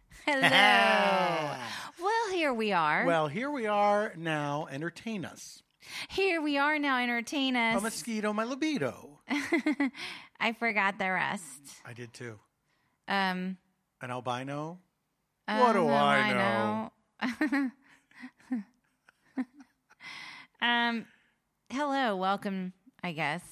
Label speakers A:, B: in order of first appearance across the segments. A: Hello. well, here we are.
B: Well, here we are now. Entertain us.
A: here we are now. Entertain
B: A
A: us.
B: mosquito, my libido.
A: I forgot the rest.
B: I did too.
A: Um,
B: An albino. What do
A: um,
B: I
A: know? um, hello, welcome. I guess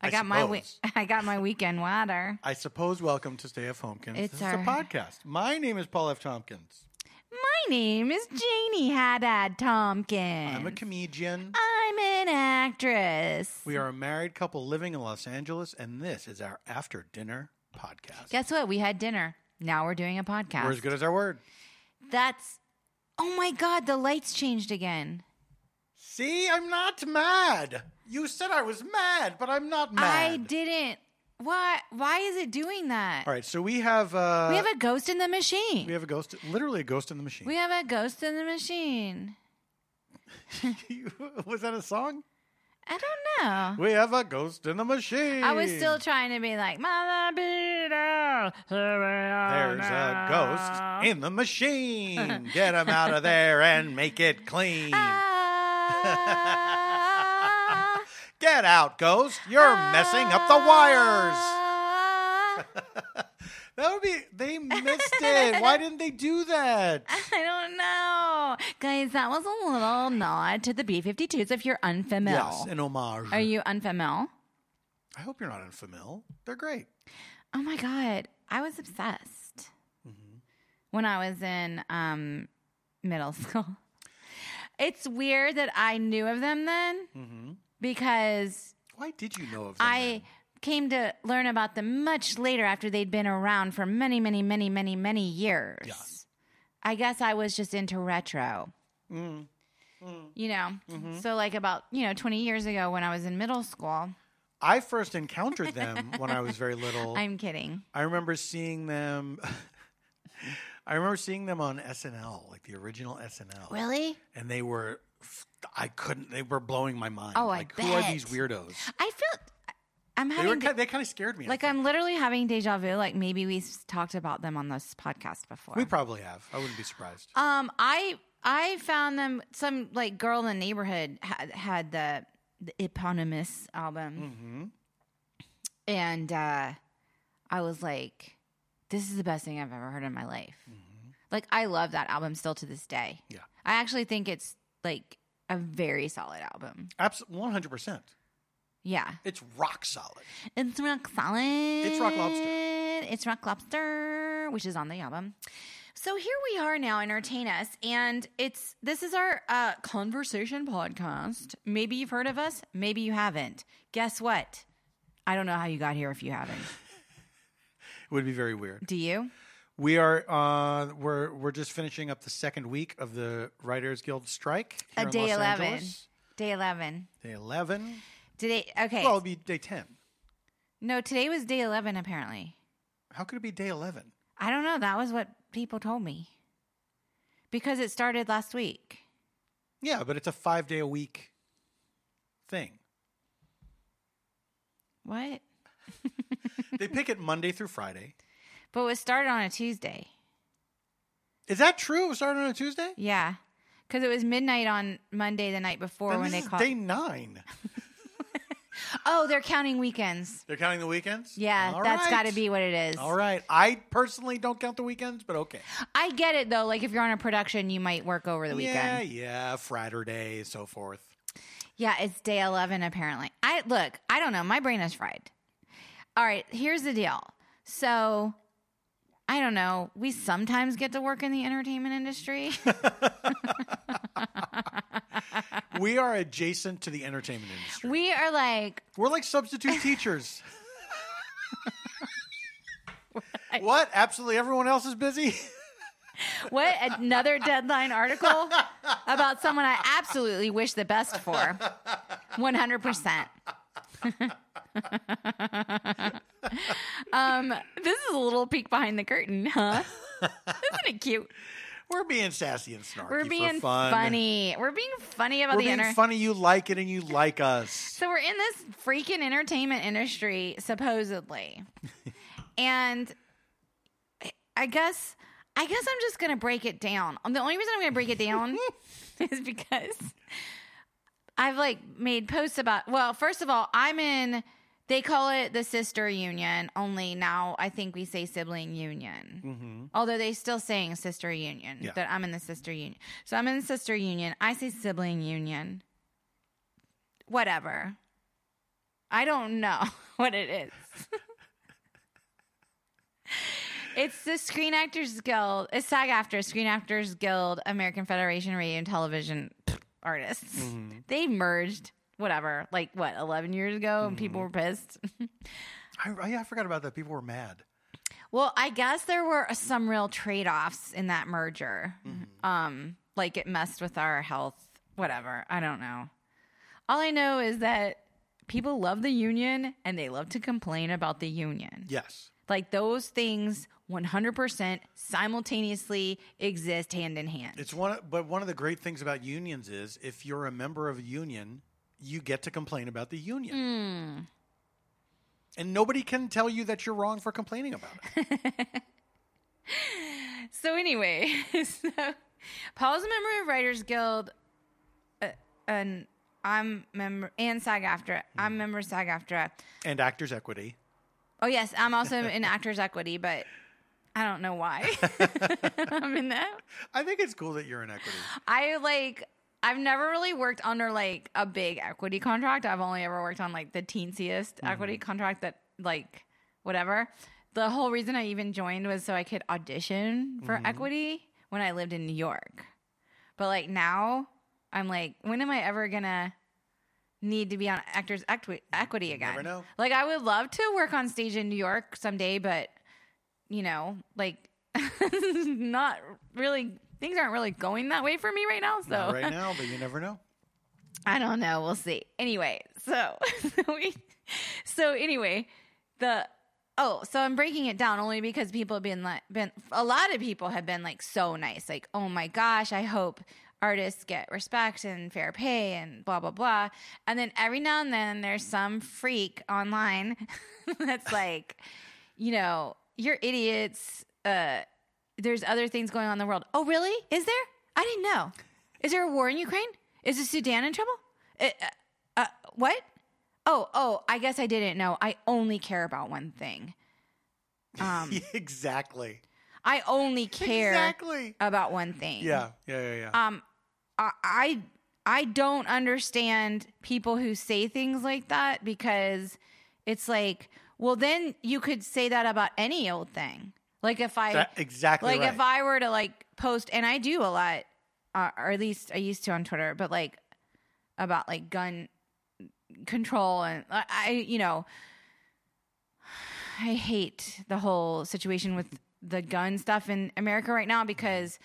A: I,
B: I
A: got my we-
B: suppose.
A: I got my weekend water.
B: I suppose welcome to Stay F Homekins.
A: It's
B: this
A: our-
B: is a podcast. My name is Paul F. Tompkins.
A: My name is Janie Haddad Tompkins.
B: I'm a comedian.
A: I'm an actress.
B: We are a married couple living in Los Angeles, and this is our after dinner podcast.
A: Guess what? We had dinner. Now we're doing a podcast.
B: We're as good as our word.
A: That's. Oh my God, the lights changed again.
B: See, I'm not mad. You said I was mad, but I'm not mad.
A: I didn't. Why? Why is it doing that?
B: All right, so we have uh
A: we have a ghost in the machine.
B: we have a ghost, literally a ghost in the machine.
A: We have a ghost in the machine.
B: was that a song?
A: I don't know.
B: We have a ghost in the machine.
A: I was still trying to be like, Mama Beetle.
B: There's
A: There's
B: a ghost in the machine. Get him out of there and make it clean.
A: Ah.
B: Get out, ghost. You're
A: Ah.
B: messing up the wires. That would be they missed it. Why didn't they do that?
A: I don't know. Guys, that was a little nod to the B 52s if you're unfamil.
B: Yes, an homage.
A: Are you unfamil?
B: I hope you're not unfamil. They're great.
A: Oh my God. I was obsessed when I was in um, middle school. It's weird that I knew of them then because
B: Mm-hmm. Why did you know of them?
A: I came to learn about them much later after they'd been around for many, many, many, many, many years.
B: Yeah.
A: I guess I was just into retro.
B: Mm.
A: You know,
B: Mm-hmm.
A: so like about, you know, 20 years ago when I was in middle school.
B: I first encountered them when I was very little. i
A: I'm kidding.
B: remember seeing them. I remember seeing them on SNL, like the original SNL.
A: Really?
B: And they were, f- I couldn't. They were blowing my mind.
A: Oh, I
B: like, Who are
A: bet.
B: these weirdos?
A: I feel I'm
B: They were.
A: having
B: Kind they kind of scared me. I
A: like
B: think.
A: I'm literally having deja vu like maybe we've talked about them on this podcast before.
B: We probably have. I wouldn't be surprised.
A: Um, I I found them. Some like girl in the neighborhood had had the the eponymous album,
B: hmm
A: and uh, I was like, "This is the best thing I've ever heard in my life." Like, I love that album still to this day.
B: Mm-hmm. Yeah.
A: I actually think it's like a very solid album.
B: Absolutely, one hundred percent.
A: Yeah,
B: It's rock solid.
A: it's rock solid. It's
B: Rock Lobster.
A: It's rock lobster, which is on the album. So here we are now, entertain us, and it's this is our uh, conversation podcast. Maybe you've heard of us, maybe you haven't. Guess what? I don't know how you got here if you haven't.
B: It would be very weird.
A: Do you?
B: We are uh we're we're just finishing up the second week of the Writers Guild strike.
A: Uh,
B: Here in
A: day
B: Los
A: 11.
B: Angeles.
A: Day eleven.
B: Day eleven.
A: Today, okay.
B: Well, it'll be day ten.
A: no, today was day eleven. Apparently,
B: How could it be day eleven?
A: I don't know. That was what people told me because it started last week.
B: Yeah, but it's a five day a week thing.
A: What?
B: they pick it Monday through Friday.
A: But it was started on a Tuesday.
B: Is that true? It was started on a Tuesday.
A: Yeah. Because it was midnight on Monday the night before
B: Then
A: when
B: this
A: they
B: is
A: called.
B: day nine.
A: oh, they're counting weekends.
B: They're counting the weekends.
A: Yeah,
B: All
A: that's
B: right.
A: got to be what it is.
B: All right. I personally don't count the weekends, but okay.
A: I get it though. Like if you're on a production, you might work over the
B: Yeah,
A: weekend.
B: yeah, Friday, so forth.
A: Yeah, it's day 11 apparently. I look, I don't know. My brain is fried. All right, here's the deal. So, I don't know. We sometimes get to work in the entertainment industry.
B: we are adjacent to the entertainment industry.
A: we are like,
B: We're like substitute teachers. what? Absolutely everyone else is busy?
A: what another deadline article about someone I absolutely wish the best for. 100%. um, this is a little peek behind the curtain, huh? Isn't it cute?
B: We're being sassy and snarky.
A: We're
B: for
A: being
B: fun.
A: funny. We're being funny about
B: We're
A: the
B: being
A: internet.
B: funny. You like it and you like us.
A: So we're in this freaking entertainment industry, supposedly. and I guess I guess I'm just going to break it down. Um, The only reason I'm going to break it down is because I've like made posts about. Well, first of all, I'm in. They call it the sister union. Only now, I think we say sibling union. Although they still saying sister union.
B: Yeah.
A: That I'm in the sister union. So I'm in the sister union. I say sibling union. Whatever. I don't know what it is. It's the Screen Actors Guild. It's SAG after Screen Actors Guild, American Federation Radio and Television Artists. They merged, whatever, like what, 11 years ago, and people were pissed.
B: I, I, yeah, I forgot about that. People were mad.
A: well, I guess there were some real trade offs in that merger. Um, like it messed with our health, whatever. I don't know. All I know is that people love the union and they love to complain about the union.
B: Yes.
A: Like those things 100% simultaneously exist hand in hand.
B: It's one, of- but one of the great things about unions is if you're a member of a union, you get to complain about the union,
A: Hmm.
B: and nobody can tell you that you're wrong for complaining about it.
A: so, anyway, so Paul's a member of Writers Guild, uh, and I'm member and SAG AFTRA. I'm member of SAG AFTRA.
B: and actors' equity.
A: Oh yes, I'm also in Actors Equity, but I don't know why I'm in that.
B: I think it's cool that you're in equity.
A: I like. I've never really worked under like a big equity contract. I've only ever worked on like the teensiest
B: Mm-hmm.
A: equity contract that like whatever. The whole reason I even joined was so I could audition
B: Mm-hmm.
A: for equity when I lived in New York. But like now, I'm like, when am I ever gonna need to be on Actors Equi- Equity again?
B: never know.
A: Like I would love to work on stage in New York someday, but you know, like not really things aren't really going that way for me right now. So
B: Not right now, but you never know.
A: I don't know. We'll see. Anyway, so so, we, so anyway, the oh, so I'm breaking it down only because people have been like, been a lot of people have been like so nice, like oh my gosh, I hope artists get respect and fair pay and blah blah blah. And then every now and then there's some freak online that's like, you know, you're idiots. Uh, there's other things going on in the world. Oh, really? Is there? I didn't know. Is there a war in Ukraine? Is the Sudan in trouble? Uh, uh, uh, what? Oh, oh, I guess I didn't know. I only care about one thing. Um,
B: exactly.
A: I only care
B: Exactly.
A: about one thing.
B: Yeah. Yeah. Yeah. Yeah.
A: Um, I, I I don't understand people who say things like that because it's like, well, then you could say that about any old thing. Like if I
B: That- exactly.
A: like
B: right.
A: if I were to like post, and I do a lot, uh, or at least I used to on Twitter, but like about like gun control and I, I you know, I hate the whole situation with the gun stuff in America right now because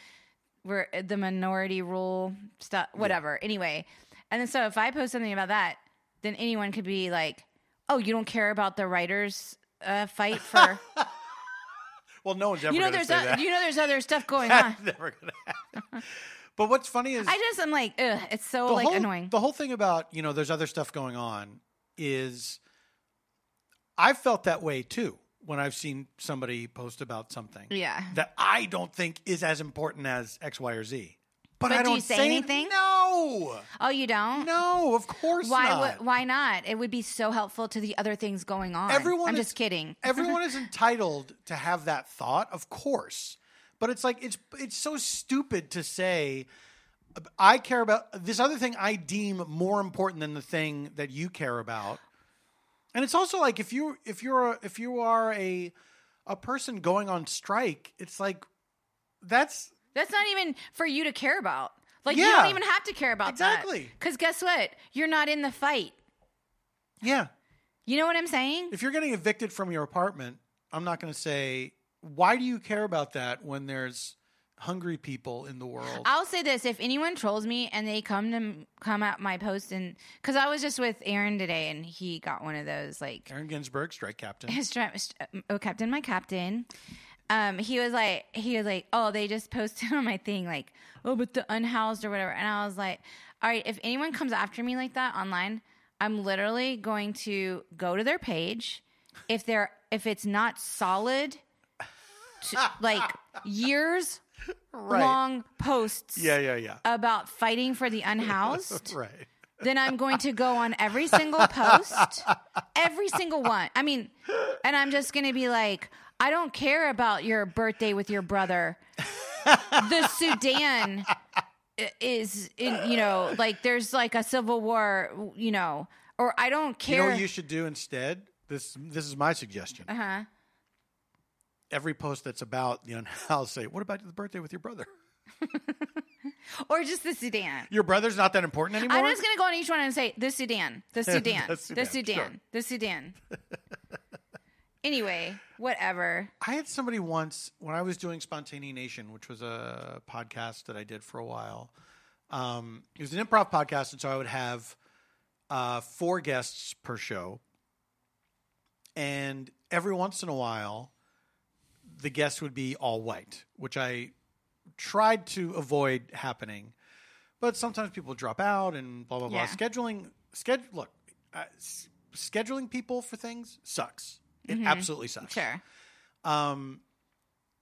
A: we're the minority rule stuff, whatever. Anyway, and then so if I post something about that, then anyone could be like, "Oh, you don't care about the writers." Uh, fight for
B: well, no one's ever
A: you know
B: going
A: there's
B: to say
A: o-
B: that.
A: you know there's other stuff going on.
B: never going to happen. But what's funny is
A: I just I'm like, ugh, it's so
B: the
A: like
B: whole,
A: annoying.
B: The whole thing about you know, there's other stuff going on. Is I've felt that way too when I've seen somebody post about something
A: yeah.
B: that I don't think is as important as X, Y, or Z. But,
A: But
B: I
A: do
B: don't
A: you say anything?
B: No,
A: Oh, you don't?
B: no, of course
A: Why?
B: not.
A: would- why not? It would be so helpful to the other things going on.
B: Everyone
A: I'm
B: is-
A: just kidding.
B: Everyone is entitled to have that thought, of course. But it's like it's it's so stupid to say I care about this other thing I deem more important than the thing that you care about. And it's also like if you if you're a, if you are a a person going on strike, it's like that's
A: That's not even for you to care about. Like you
B: Yeah.
A: don't even have to care about
B: Exactly.
A: Because guess what? You're not in the fight.
B: yeah.
A: You know what I'm saying?
B: If you're getting evicted from your apartment, I'm not going to say why do you care about that when there's hungry people in the world.
A: I'll say this: if anyone trolls me and they come to m- come at my post, and because I was just with Aaron today, and he got one of those like
B: Aaron Ginsburg, strike captain.
A: his dra- st- oh captain my captain um he was like he was like oh they just posted on my thing like oh but the unhoused or whatever and i was like all right if anyone comes after me like that online i'm literally going to go to their page if they're if it's not solid t- like years
B: Right.
A: long posts
B: Yeah, yeah, yeah.
A: about fighting for the unhoused,
B: right.
A: then I'm going to go on every single post, every single one. I mean, and I'm just going to be like, I don't care about your birthday with your brother. The Sudan i- is in, you know, like there's like a civil war, you know, or I don't
B: You know
A: care.
B: what you should do instead? This this is my suggestion.
A: uh-huh.
B: Every post that's about the unhoused, say, "What about the birthday with your brother?
A: Or just the Sudan.
B: Your brother's not that important anymore."
A: I'm just going to go on each one and say the Sudan, the Sudan, the Sudan,
B: Sudan,
A: the Sudan.
B: sure.
A: anyway, whatever.
B: I had somebody once when I was doing Spontanea Nation, which was a podcast that I did for a while. Um, it was an improv podcast, and so I would have uh, four guests per show. And every once in a while, the guest would be all white, which I tried to avoid happening. But sometimes people drop out and blah blah blah.
A: Yeah.
B: Scheduling, schedule. Look, uh, s- scheduling people for things sucks. It absolutely sucks.
A: Sure.
B: Um,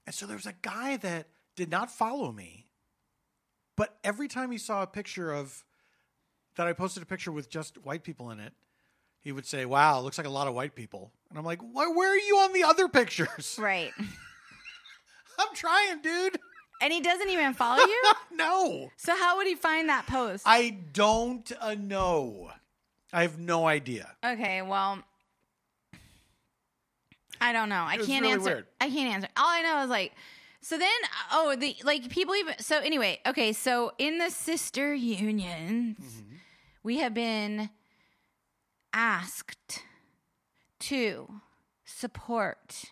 B: and so there was a guy that did not follow me, but every time he saw a picture of that I posted a picture with just white people in it, he would say, "Wow, looks like a lot of white people." And I'm like, "Why? Where are you on the other pictures?
A: Right.
B: I'm trying, dude.
A: And he doesn't even follow you?
B: no,
A: so how would he find that post?
B: I don't uh, know. I have no idea.
A: okay, well I don't know. I
B: was
A: can't
B: really
A: answer.
B: weird.
A: I can't answer. All I know is like so then oh the like people even so anyway, okay, so in the sister unions
B: Mm-hmm.
A: we have been asked to support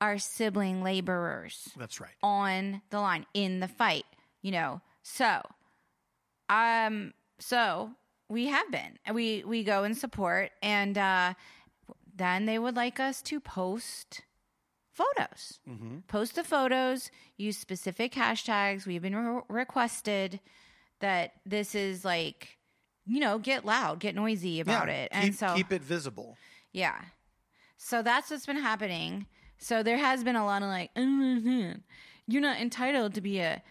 A: our sibling laborers.
B: That's right.
A: on the line in the fight, you know. So, um, so we have been. We we go and support, and uh, then they would like us to post photos.
B: Mm-hmm.
A: Post the photos. Use specific hashtags. We've been re- requested that this is like, you know, get loud, get noisy about
B: Yeah,
A: it,
B: keep,
A: and so
B: keep it visible.
A: yeah. So that's what's been happening. So there has been a lot of like, "Mm, you're not entitled to be a,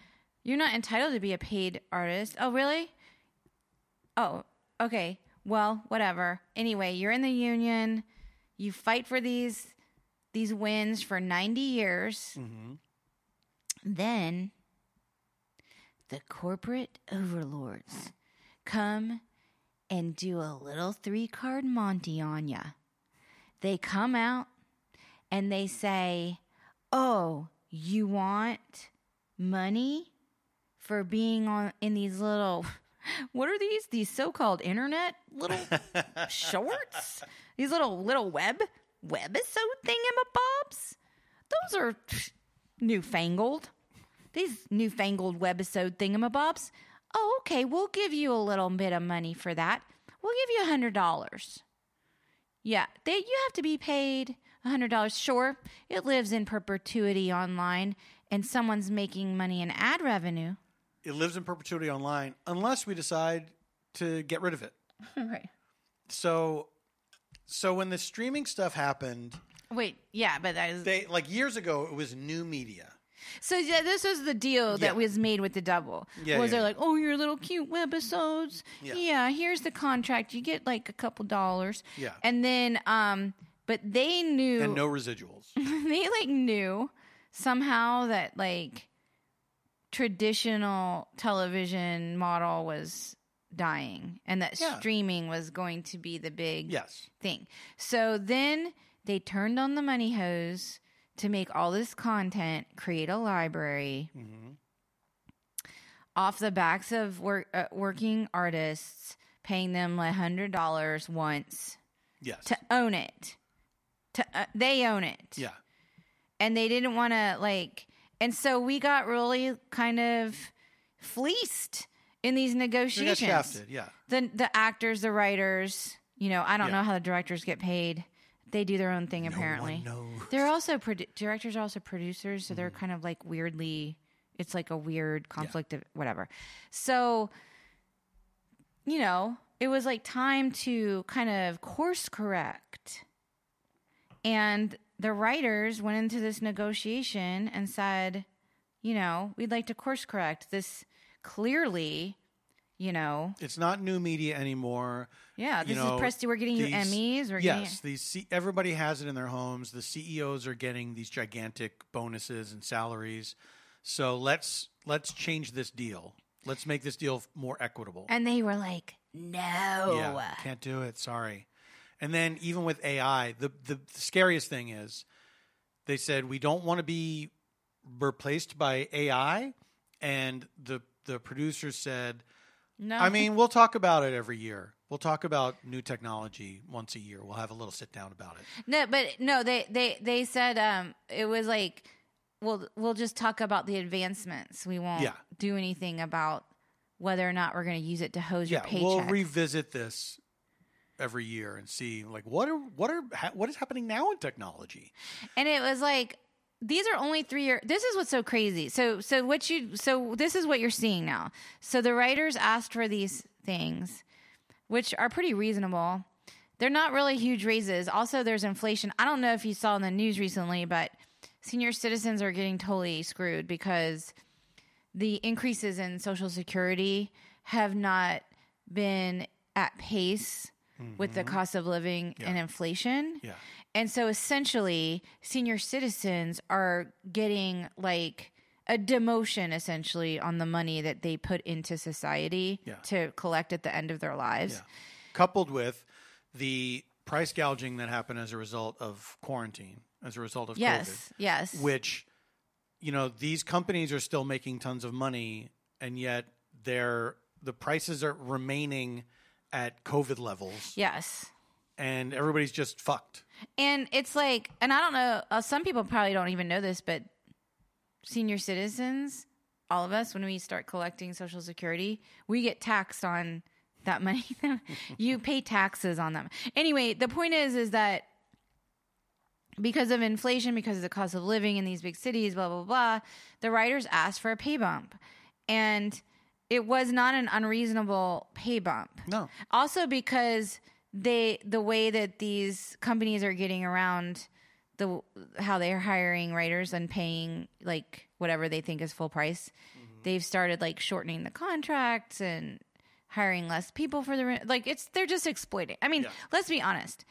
A: you're not entitled to be a paid artist. Oh, really? Oh, okay. Well, whatever. Anyway, you're in the union. You fight for these these wins for 90 years.
B: Mm-hmm.
A: Then the corporate overlords come and do a little three card Monty on ya. They come out and they say, Oh, you want money for being on in these little what are these? These so called internet little shorts? These little little web webisode thingamabobs? Those are newfangled these newfangled webisode thingamabobs. Oh, okay, we'll give you a little bit of money for that. We'll give you a hundred dollars. Yeah, they you have to be paid a hundred dollars. Sure, it lives in perpetuity online, and someone's making money in ad revenue.
B: It lives in perpetuity online unless we decide to get rid of it.
A: Right.
B: so so when the streaming stuff happened
A: Wait, yeah, but that is
B: they like years ago it was new media
A: so. Yeah, this was the deal
B: Yeah.
A: that was made with the double.
B: Yeah,
A: was
B: yeah,
A: they're
B: yeah.
A: like, oh, your little cute webisodes.
B: Yeah.
A: yeah, here's the contract. You get like a couple dollars.
B: Yeah.
A: and then um, but they knew
B: and no residuals
A: they like knew somehow that like traditional television model was dying and that
B: Yeah.
A: streaming was going to be the big
B: yes
A: thing. So then they turned on the money hose to make all this content, create a library off the backs of work, uh, working artists, paying them like $100 once
B: yes
A: to own it. To, uh, they own it
B: yeah
A: and they didn't want to like and so we got really kind of fleeced in these
B: we got
A: negotiations
B: shafted yeah
A: the the actors the writers you know i don't
B: Yeah.
A: know how the directors get paid they do their own thing apparently
B: no one knows.
A: they're also produ- directors are also producers so they're
B: Mm-hmm.
A: kind of like weirdly it's like a weird conflict of whatever so you know it was like time to kind of course correct and the writers went into this negotiation and said, you know, we'd like to course correct this clearly, you know,
B: It's not new media anymore.
A: yeah,
B: You
A: this
B: know,
A: is Presti. We're getting you
B: these-
A: Emmys. We're getting
B: yes, these C- everybody has it in their homes. The CEOs are getting these gigantic bonuses and salaries. So let's let's change this deal. Let's make this deal more equitable.
A: and they were like, no. Oh, uh,
B: Yeah, can't do it. Sorry. And then even with AI, the the scariest thing is they said we don't want to be replaced by AI, and the the producer said,
A: No.
B: I mean, we'll talk about it every year. We'll talk about new technology once a year. We'll have a little sit down about it.
A: No, but no, they they they said um it was like we'll we'll just talk about the advancements. We won't
B: Yeah.
A: do anything about whether or not we're going to use it to hose your
B: Yeah,
A: paycheck.
B: we'll revisit this every year and see like what are what are ha- what is happening now in technology.
A: and it was like these are only three year this is what's so crazy so so what you so this is what you're seeing now so the writers asked for these things which are pretty reasonable they're not really huge raises also there's inflation i don't know if you saw in the news recently but senior citizens are getting totally screwed because the increases in social security have not been at pace with the cost of living and inflation
B: Yeah.
A: and so essentially, senior citizens are getting like a demotion essentially on the money that they put into society
B: Yeah.
A: to collect at the end of their lives.
B: Yeah. Coupled with the price gouging that happened as a result of quarantine, as a result of
A: Yes, yes.
B: COVID, which, you know, these companies are still making tons of money and yet they're the prices are remaining at COVID levels
A: yes.
B: and everybody's just fucked.
A: And it's like, and I don't know, uh, some people probably don't even know this, but senior citizens, all of us, when we start collecting Social Security, we get taxed on that money. you pay taxes on them. Anyway, the point is, is that because of inflation, because of the cost of living in these big cities, blah, blah, blah, the writers asked for a pay bump. And it was not an unreasonable pay bump
B: No.
A: also because they the way that these companies are getting around the how they're hiring writers and paying like whatever they think is full price
B: Mm-hmm.
A: they've started like shortening the contracts and hiring less people for the re- like it's they're just exploiting i mean
B: Yeah.
A: let's be honest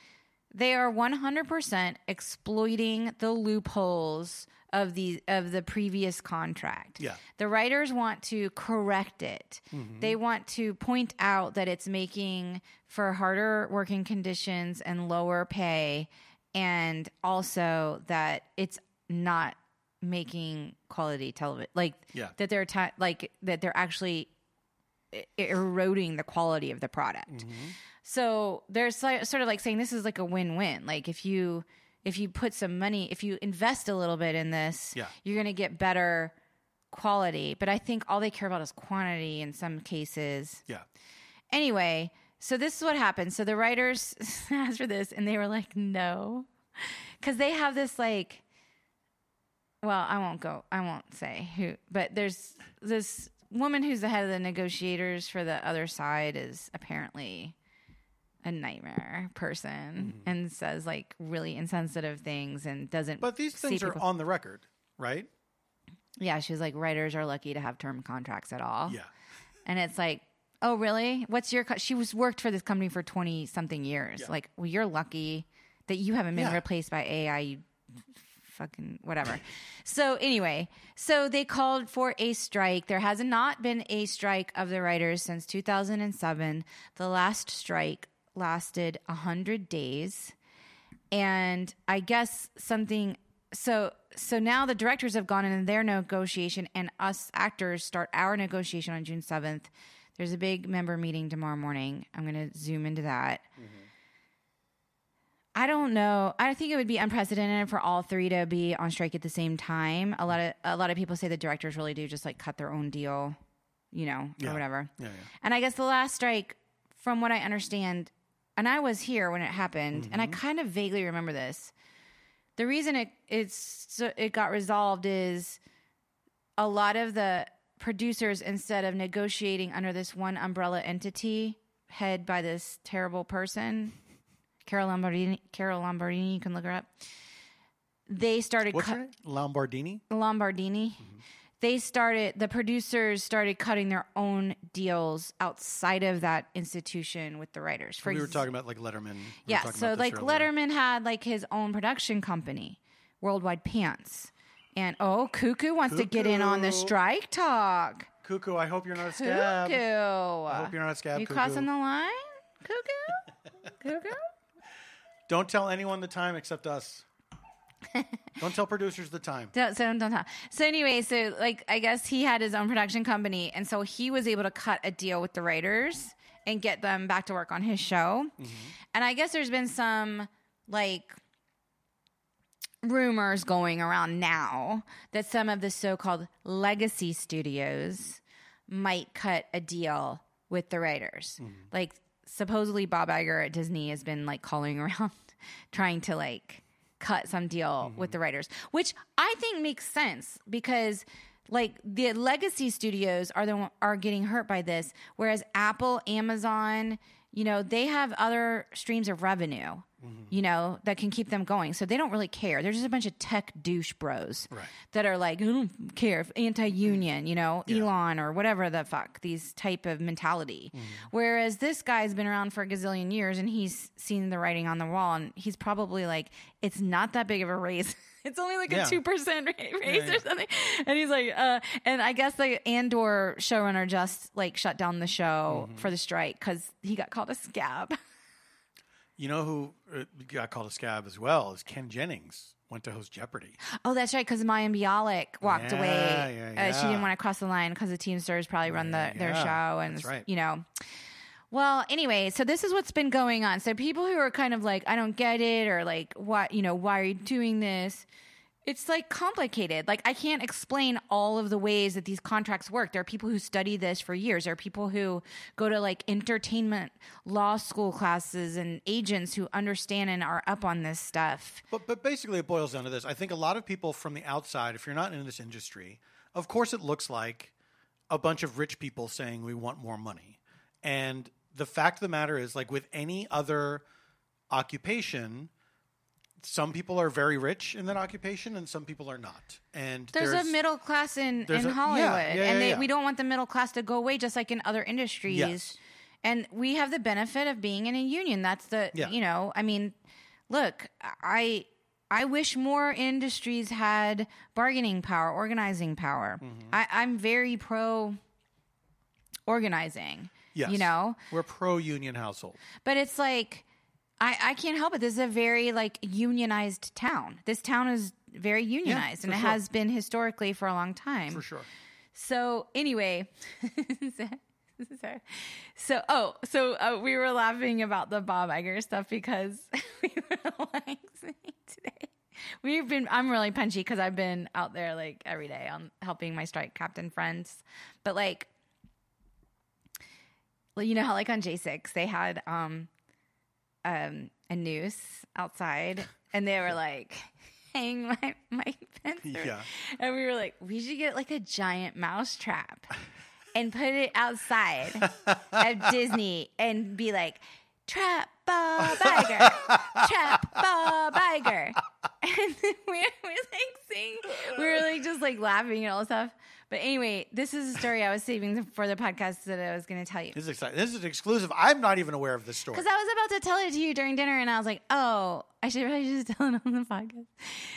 A: they are 100% exploiting the loopholes of the of the previous contract
B: Yeah.
A: the writers want to correct it. They want to point out that it's making for harder working conditions and lower pay, and also that it's not making quality television. Like
B: Yeah.
A: that they're ti like that they're actually e- eroding the quality of the product.
B: Mm-hmm.
A: So they're si- sort of like saying this is like a win-win. Like if you if you put some money, if you invest a little bit in this,
B: Yeah.
A: you're going to get better quality. But I think all they care about is quantity in some cases.
B: Yeah.
A: Anyway, so this is what happened. So the writers asked for this, and they were like, "No," because they have this like. Well, I won't go. I won't say who, but there's this woman who's the head of the negotiators for the other side is apparently a nightmare person
B: Mm-hmm.
A: and says like really insensitive things and doesn't.
B: But these
A: see
B: things are
A: people-
B: on the record, right?
A: yeah, she was like, writers are lucky to have term contracts at all.
B: Yeah.
A: And it's like, oh, really? What's your, co-? she was worked for this company for 20 something years.
B: Yeah.
A: Like, well, you're lucky that you haven't been
B: Yeah.
A: replaced by AI, you fucking whatever. so, anyway, so they called for a strike. There has not been a strike of the writers since 2007. The last strike lasted 100 days and I guess something so so now the directors have gone into their negotiation and us actors start our negotiation on June 7th. There's a big member meeting tomorrow morning. I'm going to zoom into that. I don't know. I think it would be unprecedented for all three to be on strike at the same time. A lot of a lot of people say the directors really do just like cut their own deal, you know,
B: Yeah.
A: or whatever.
B: Yeah, yeah.
A: And I guess the last strike, from what I understand, and I was here when it happened, and I
B: Mm-hmm.
A: kind of vaguely remember this. The reason it it's so it got resolved is a lot of the producers instead of negotiating under this one umbrella entity head by this terrible person, Carol Lamborghini. Carol Lamborghini, you can look her up. they started
B: What's
A: cut-
B: her name? Lombardini?
A: Lombardini. They started the producers started cutting their own deals outside of that institution with the writers. For
B: We were
A: ex-
B: talking about like Letterman. We were
A: yeah,
B: talking about
A: so
B: this
A: like
B: earlier.
A: Letterman had like his own production company, Worldwide Pants. And oh, Cuckoo wants to get in on the
B: Cuckoo.
A: strike talk.
B: Cuckoo, I hope you're not a
A: Cuckoo.
B: scab. I hope you're not a scab.
A: you
B: Cuckoo.
A: crossing the line? Cuckoo? Cuckoo?
B: Don't tell anyone the time except us. Don't tell producers the time.
A: Don't, so don't talk. So anyway, so like I guess he had his own production company, and so he was able to cut a deal with the writers and get them back to work on his show. And I guess there's been some like rumors going around now that some of the so-called legacy studios might cut a deal with the writers. Like supposedly Bob Iger at Disney has been like calling around trying to like cut some deal with the writers, which I think makes sense because like the legacy studios are the one- are getting hurt by this whereas Apple, Amazon, you know, they have other streams of revenue. You know, that can keep them going. So they don't really care. They're just a bunch of tech douche bros
B: Right.
A: that are like, I don't care if anti union, you know, Elon or whatever the fuck, these type of mentality.
B: Mm-hmm.
A: Whereas this guy's been around for a gazillion years and he's seen the writing on the wall and he's probably like, it's not that big of a raise. It's only like
B: Yeah.
A: a two percent raise
B: yeah.
A: or something, and he's like, uh, and I guess the Andor showrunner just like shut down the show
B: Mm-hmm.
A: for the strike because he got called a scab.
B: You know who uh, got called a scab as well is Ken Jennings. Went to host Jeopardy.
A: Oh, that's right, because Maya Bialik walked
B: Yeah,
A: away.
B: yeah,
A: Uh, she
B: yeah.
A: didn't want to cross the line because the Teamsters probably run the, their
B: Yeah,
A: show, and
B: that's right.
A: you know. Well, anyway, so this is what's been going on. So people who are kind of like, I don't get it, or like, what, you know, why are you doing this? It's like complicated. Like I can't explain all of the ways that these contracts work. There are people who study this for years. There are people who go to like entertainment law school classes and agents who understand and are up on this stuff.
B: But but basically, it boils down to this. I think a lot of people from the outside, if you're not in this industry, of course, it looks like a bunch of rich people saying we want more money. And the fact of the matter is, like with any other occupation, some people are very rich in that occupation, and some people are not. And
A: There's, a middle class in,
B: there's
A: in
B: a- yeah,
A: Hollywood,
B: yeah,
A: and
B: yeah,
A: they,
B: yeah.
A: we don't want the middle class to go away, just like in other industries.
B: Yes.
A: And we have the benefit of being in a union. That's the
B: Yeah.
A: you know, I mean, look, I I wish more industries had bargaining power, organizing power.
B: Mm-hmm.
A: I, I'm very pro organizing.
B: Yes.
A: You know,
B: We're pro union household.
A: but it's like I, I can't help it. This is a very like unionized town. This town is very unionized, and
B: for
A: it
B: sure.
A: has been historically for a long time.
B: For sure.
A: So anyway, sorry. So oh, so uh, we were laughing about the Bob Iger stuff because we were like saying today. We've been. I'm really punchy because I've been out there like every day on helping my strike captain friends, but like, well, you know how like on J6 they had um, um, a noose outside, and they were like, "Hang my my fence." or-
B: Yeah.
A: and we were like, we should get like a giant mouse trap and put it outside of Disney and be like, trap Bob Iger, trap Bob Iger. And then we, we like sing, we were like just like laughing and all this stuff. But anyway, this is a story I was saving for the podcast that I was going to tell you.
B: This is exciting. This is exclusive. I'm not even aware of this story.
A: Because I was about to tell it to you during dinner, and I was like, "Oh, I should probably just tell it on the podcast."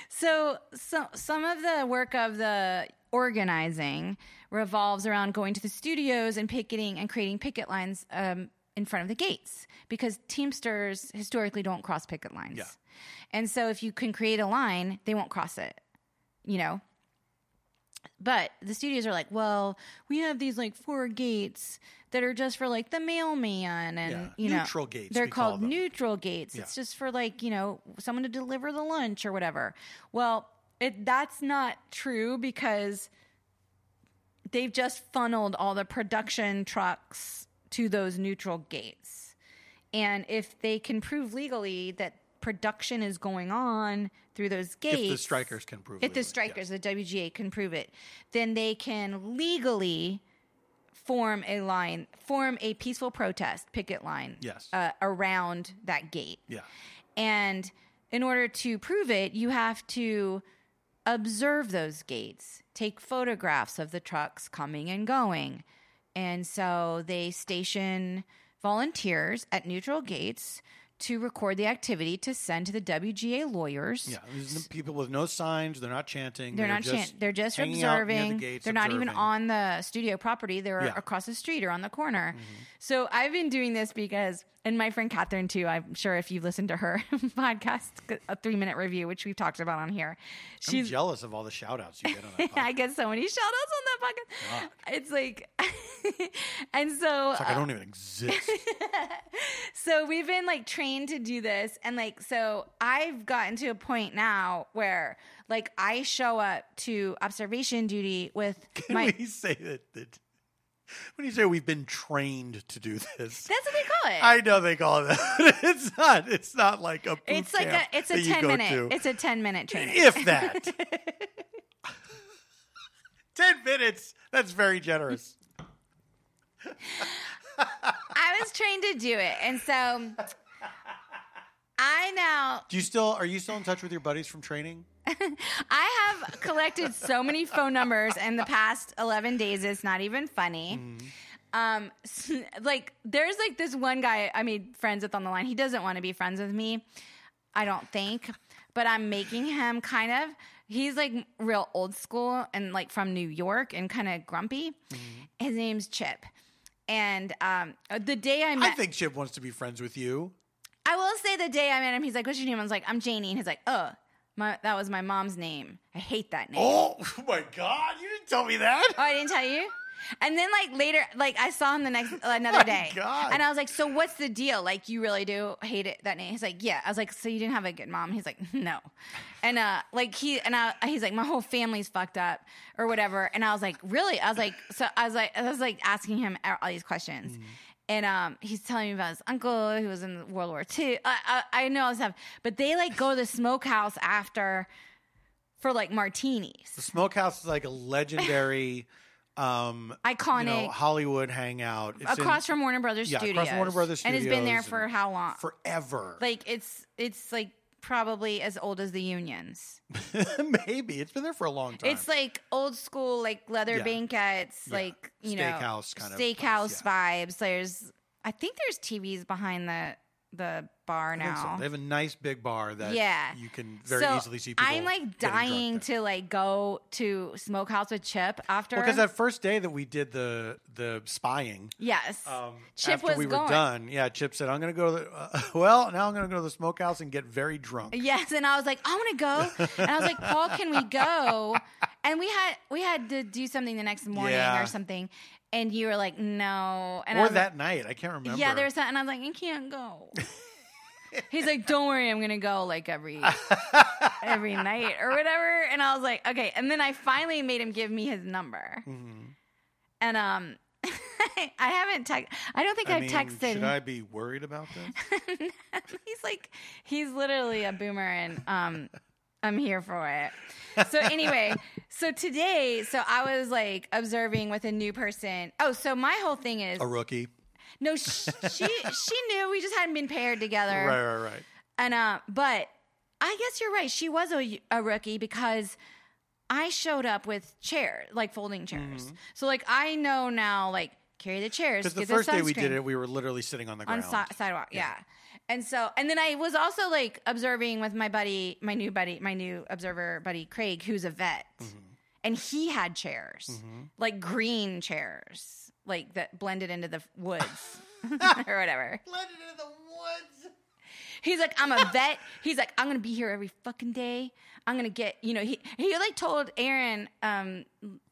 A: So, so some of the work of the organizing revolves around going to the studios and picketing and creating picket lines um, in front of the gates because Teamsters historically don't cross picket lines,
B: Yeah.
A: and so if you can create a line, they won't cross it. You know, but the studios are like, well, we have these like four gates that are just for like the mailman and
B: Yeah.
A: you know
B: Neutral gates,
A: They're
B: we call
A: called
B: them.
A: neutral gates. It's
B: Yeah.
A: just for like you know someone to deliver the lunch or whatever. Well, it, that's not true because they've just funneled all the production trucks to those neutral gates. And if they can prove legally that production is going on through those gates,
B: if the strikers can prove
A: if
B: legally,
A: the
B: yes.
A: strikers, the WGA, can prove it, then they can legally form a line, form a peaceful protest picket line
B: Yes.
A: uh, around that gate.
B: Yeah.
A: And in order to prove it, you have to observe those gates, take photographs of the trucks coming and going. And so they station volunteers at neutral gates to record the activity to send to the WGA lawyers.
B: Yeah, there's no- people with no signs. They're not chanting.
A: They're, not chan- they're just
B: hanging out near the
A: observing.
B: gates,
A: they're not even
B: observing.
A: on the studio property. They're
B: Yeah. Mm-hmm.
A: across the street or on the corner. So I've been doing this because, and my friend Catherine too. I'm sure if you've listened to her podcast, a three minute review, which we've talked about on here,
B: I'm
A: she's.
B: jealous of all the shout outs you get on that podcast.
A: I get so many shout outs on that podcast. It's like, and so
B: It's like I don't even exist.
A: so we've been like trained to do this and like so i've gotten to a point now where like i show up to observation duty with
B: Can
A: my
B: we say that, that? When you say we've been trained to do this,
A: that's what they call it
B: I know they call it that. It's not. It's not like a. boot
A: it's like a
B: camp
A: it's a
B: that you
A: 10
B: go
A: minute
B: to.
A: it's a 10 minute training
B: if that. Ten minutes. That's very generous.
A: i was trained to do it and so i now
B: Do you still? Are you still in touch with your buddies from training?
A: I have collected so many phone numbers in the past 11 days. It's not even funny. Um, s- like there's like this one guy I made friends with on the line. He doesn't want to be friends with me. I don't think, but I'm making him kind of. He's like real old school and like from New York and kind of grumpy. His name's Chip. And um, the day I met,
B: I think Chip wants to be friends with you.
A: I will say the day I met him, he's like, "What's your name?" I was like, "I'm Janie," and he's like, "Oh, my, that was my mom's name. I hate that name."
B: Oh my God! You didn't tell me that.
A: Oh, I didn't tell you. And then like later, like I saw him the next uh, another
B: Oh My
A: day,
B: God.
A: and I was like, "So what's the deal? Like you really do hate it that name?" He's like, "Yeah." I was like, "So you didn't have a good mom?" He's like, "No," and uh, like he and I, he's like, "My whole family's fucked up or whatever," and I was like, "Really?" I was like, "So I was like, I was like asking him all these
B: Mm-hmm.
A: questions." And um, he's telling me about his uncle who was in World War II. I, I, I know all this stuff, but they like go to the smokehouse after for like martinis,
B: The Smokehouse is like a legendary, um,
A: iconic.
B: you know, Hollywood hangout. It's in-
A: across from Warner Brothers
B: yeah, across
A: Studios.
B: from Warner Brothers
A: and it's been there
B: Studios
A: for
B: and
A: how long?
B: forever.
A: like it's it's like probably as old as the unions.
B: Maybe it's been there for a long time.
A: It's like old school, like leather
B: Yeah.
A: banquettes,
B: Yeah.
A: like you know,
B: Steakhouse kind of place,
A: steakhouse vibes. There's, I think there's TVs behind the the bar
B: I think so.
A: now.
B: They have a nice big bar that
A: Yeah.
B: you can very
A: So
B: easily see people.
A: I'm like dying to like go to Smokehouse with Chip after.
B: because that first day that we did the the spying.
A: yes,
B: Um,
A: Chip
B: after
A: was
B: we were
A: going.
B: done, yeah, Chip said, "I'm going to go. To the, uh, well, now I'm going to go to the smokehouse and get very drunk."
A: Yes, and I was like, I want to go, and I was like, Paul, can we go? And we had we had to do something the next morning
B: Yeah.
A: or something, and you were like, no, and I
B: or
A: was
B: that night, I can't remember.
A: Like, yeah, there's that, and I was like, I can't go. He's like, don't worry, I'm gonna go like every every night or whatever, and I was like, okay. And then I finally made him give me his number,
B: Mhm.
A: and um, I haven't text. I don't think
B: I
A: have
B: mean,
A: texted.
B: Should I be worried about this?
A: he's like he's literally a boomer and um I'm here for it. So anyway, so today, so I was like observing with a new person. Oh, so my whole thing is
B: a rookie.
A: no, sh- she she knew we just hadn't been paired together,
B: Right, right, right.
A: and uh, but I guess you're right. She was a, a rookie because I showed up with chair like folding chairs. So like I know now like carry the chairs.
B: Mm-hmm. Because the
A: get
B: first day we did
A: sunscreen
B: it, we were literally sitting on the
A: on
B: ground.
A: si- sidewalk. Yeah. And so, and then I was also like observing with my buddy, my new buddy, my new observer buddy, Craig, who's a vet,
B: Mm-hmm.
A: and he had chairs, like green chairs, like that blended into the woods or whatever.
B: Blended into the woods.
A: He's like, I'm a vet. He's like, I'm gonna be here every fucking day. I'm gonna get, you know, he he like told Aaron, um,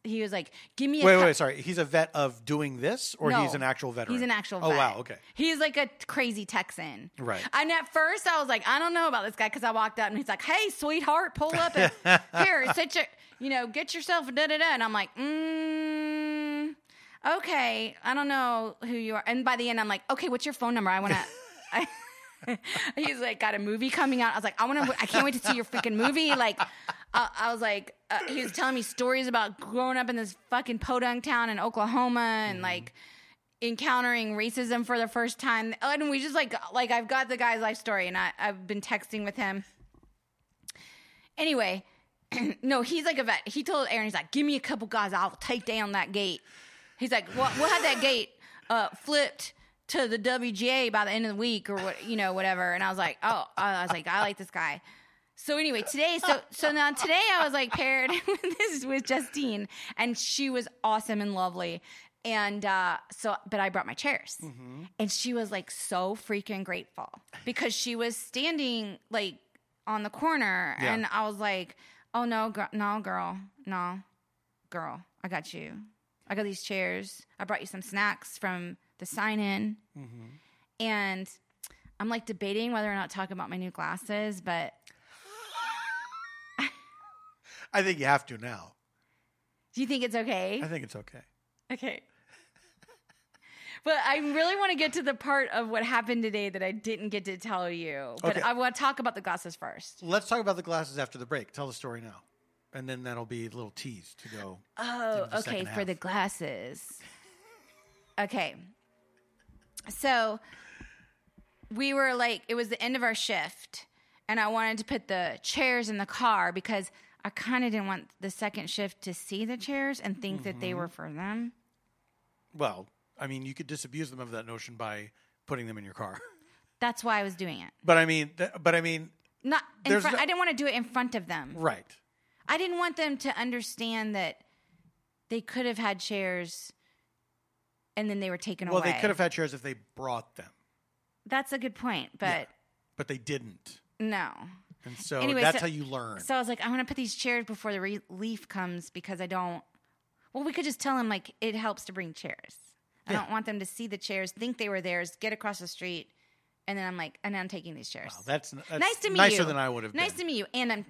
A: he was like, give me a
B: Wait,
A: cup-
B: wait, sorry. He's a vet of doing this, or he's
A: No.
B: an actual veteran.
A: He's an actual
B: Oh
A: vet.
B: wow, okay.
A: He's like a crazy Texan.
B: Right.
A: And at first I was like, I don't know about this guy because I walked up and he's like, Hey, sweetheart, pull up and here, sit your you know, get yourself a da da da and I'm like, mm, okay. I don't know who you are. And by the end I'm like, Okay, what's your phone number? I wanna I, He's like, got a movie coming out. I was like, I want to. I can't wait to see your freaking movie. Like, I, I was like, uh, he was telling me stories about growing up in this fucking podunk town in Oklahoma
B: Mm-hmm.
A: and like encountering racism for the first time. And we just like, like I've got the guy's life story, and I, I've been texting with him Anyway, no, he's like a vet. He told Aaron, he's like, give me a couple guys, I'll take down that gate. He's like, well, we'll have that gate uh, flipped to the WGA by the end of the week or what, you know, whatever. And I was like, oh, I was like, I like this guy. So anyway, today, so so now today I was like paired with this with Justine, and she was awesome and lovely. And uh, so, but I brought my chairs, and she was like so freaking grateful because she was standing like on the corner,
B: Yeah.
A: and I was like, "Oh no, gr- no, girl, no, girl, I got you. I got these chairs. I brought you some snacks from the sign in, and I'm like debating whether or not to talk about my new glasses, but."
B: I think you have to now.
A: Do you think it's okay?
B: I think it's okay.
A: Okay. But I really want to get to the part of what happened today that I didn't get to tell you. But
B: Okay.
A: I want to talk about the glasses first.
B: Let's talk about the glasses after the break. Tell the story now. And then that'll be a little tease to go.
A: Oh,
B: the
A: okay,
B: second
A: for
B: half.
A: the glasses. Okay. So we were like, it was the end of our shift, and I wanted to put the chairs in the car because I kind of didn't want the second shift to see the chairs and think that
B: Mm-hmm.
A: they were for them.
B: Well, I mean, you could disabuse them of that notion by putting them in your car.
A: That's why I was doing it.
B: But I mean, th- but I mean,
A: Not in
B: There's
A: front.
B: no-
A: I didn't want to do it in front of them.
B: right.
A: I didn't want them to understand that they could have had chairs and then they were taken
B: Well,
A: away.
B: they could have had chairs if they brought them,
A: That's a good point, but
B: but they didn't.
A: no.
B: And so
A: Anyway,
B: that's
A: so-
B: how you learn.
A: So I was like, I want to put these chairs before the relief comes because I don't. Well, we could just tell them like it helps to bring chairs. I
B: Yeah.
A: don't want them to see the chairs, think they were theirs, get across the street, and then I'm like, and I'm taking these chairs.
B: Wow, that's, that's
A: nice to meet
B: nicer
A: you.
B: than I would have
A: Nice to
B: been.
A: meet you, and I'm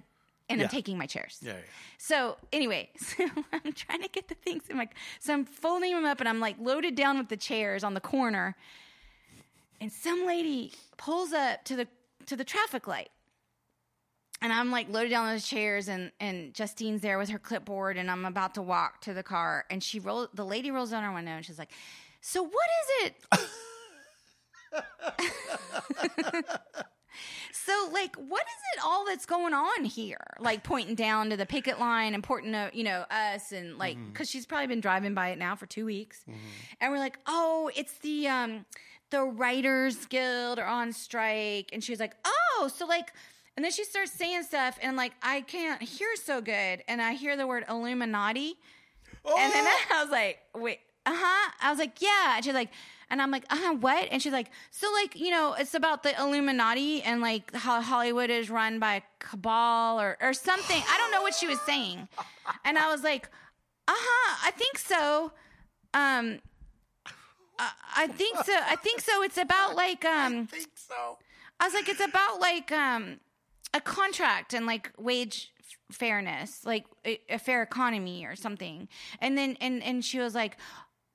A: and
B: Yeah.
A: I'm taking my chairs.
B: yeah, yeah.
A: So anyway, so I'm trying to get the things in my so I'm folding them up and I'm like loaded down with the chairs on the corner. And some lady pulls up to the to the traffic light. And I'm like loaded down those chairs and and Justine's there with her clipboard and I'm about to walk to the car and she rolls the lady rolls down her window and she's like, "So what is it So, like, what is it all that's going on here? Like, pointing down to the picket line and pointing to, you know, us and like, because she's probably been driving by it now for two weeks. And we're like, oh, it's the, um, the Writers Guild are on strike. And she's like, oh, so like, and then she starts saying stuff and like, I can't hear so good. And I hear the word Illuminati. And
B: Oh,
A: then I was like, wait, uh huh. I was like, yeah. And she's like, and I'm like, uh huh, what? And she's like, so like, you know, it's about the Illuminati and like how Hollywood is run by a cabal or, or something. I don't know what she was saying. And I was like, uh huh, I think so. Um, I, I think so. I think so. It's about like, um,
B: think so.
A: I was like, it's about like um, a contract and like wage f- fairness, like a, a fair economy or something. And then and and she was like,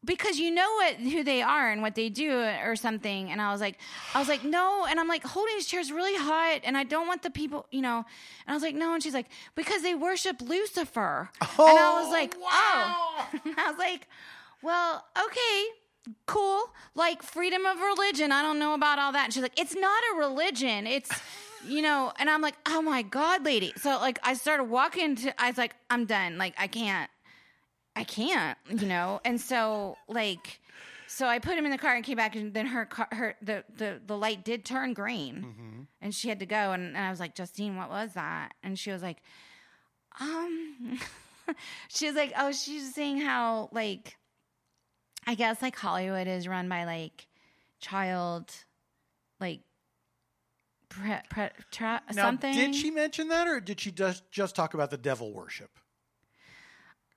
A: because you know what who they are and what they do or something. And I was like, I was like, no. And I'm like, holding these chairs really hot, and I don't want the people, you know. And I was like, no. And she's like, because they worship Lucifer. and I was like, oh. I was like, well, okay, cool. Like freedom of religion. I don't know about all that. And she's like, it's not a religion. It's, you know, and I'm like, oh my God, lady. So like I started walking to, I was like, I'm done. Like I can't, I can't, you know? And so like, so I put him in the car and came back and then her car, her, the, the, the light did turn green
B: Mm-hmm.
A: and she had to go. And, and I was like, Justine, what was that? And she was like, um, she was like, oh, she's saying how like, I guess like Hollywood is run by like child, like pre, pre, tra,
B: Now,
A: something.
B: Did she mention that, or did she just just talk about the devil worship?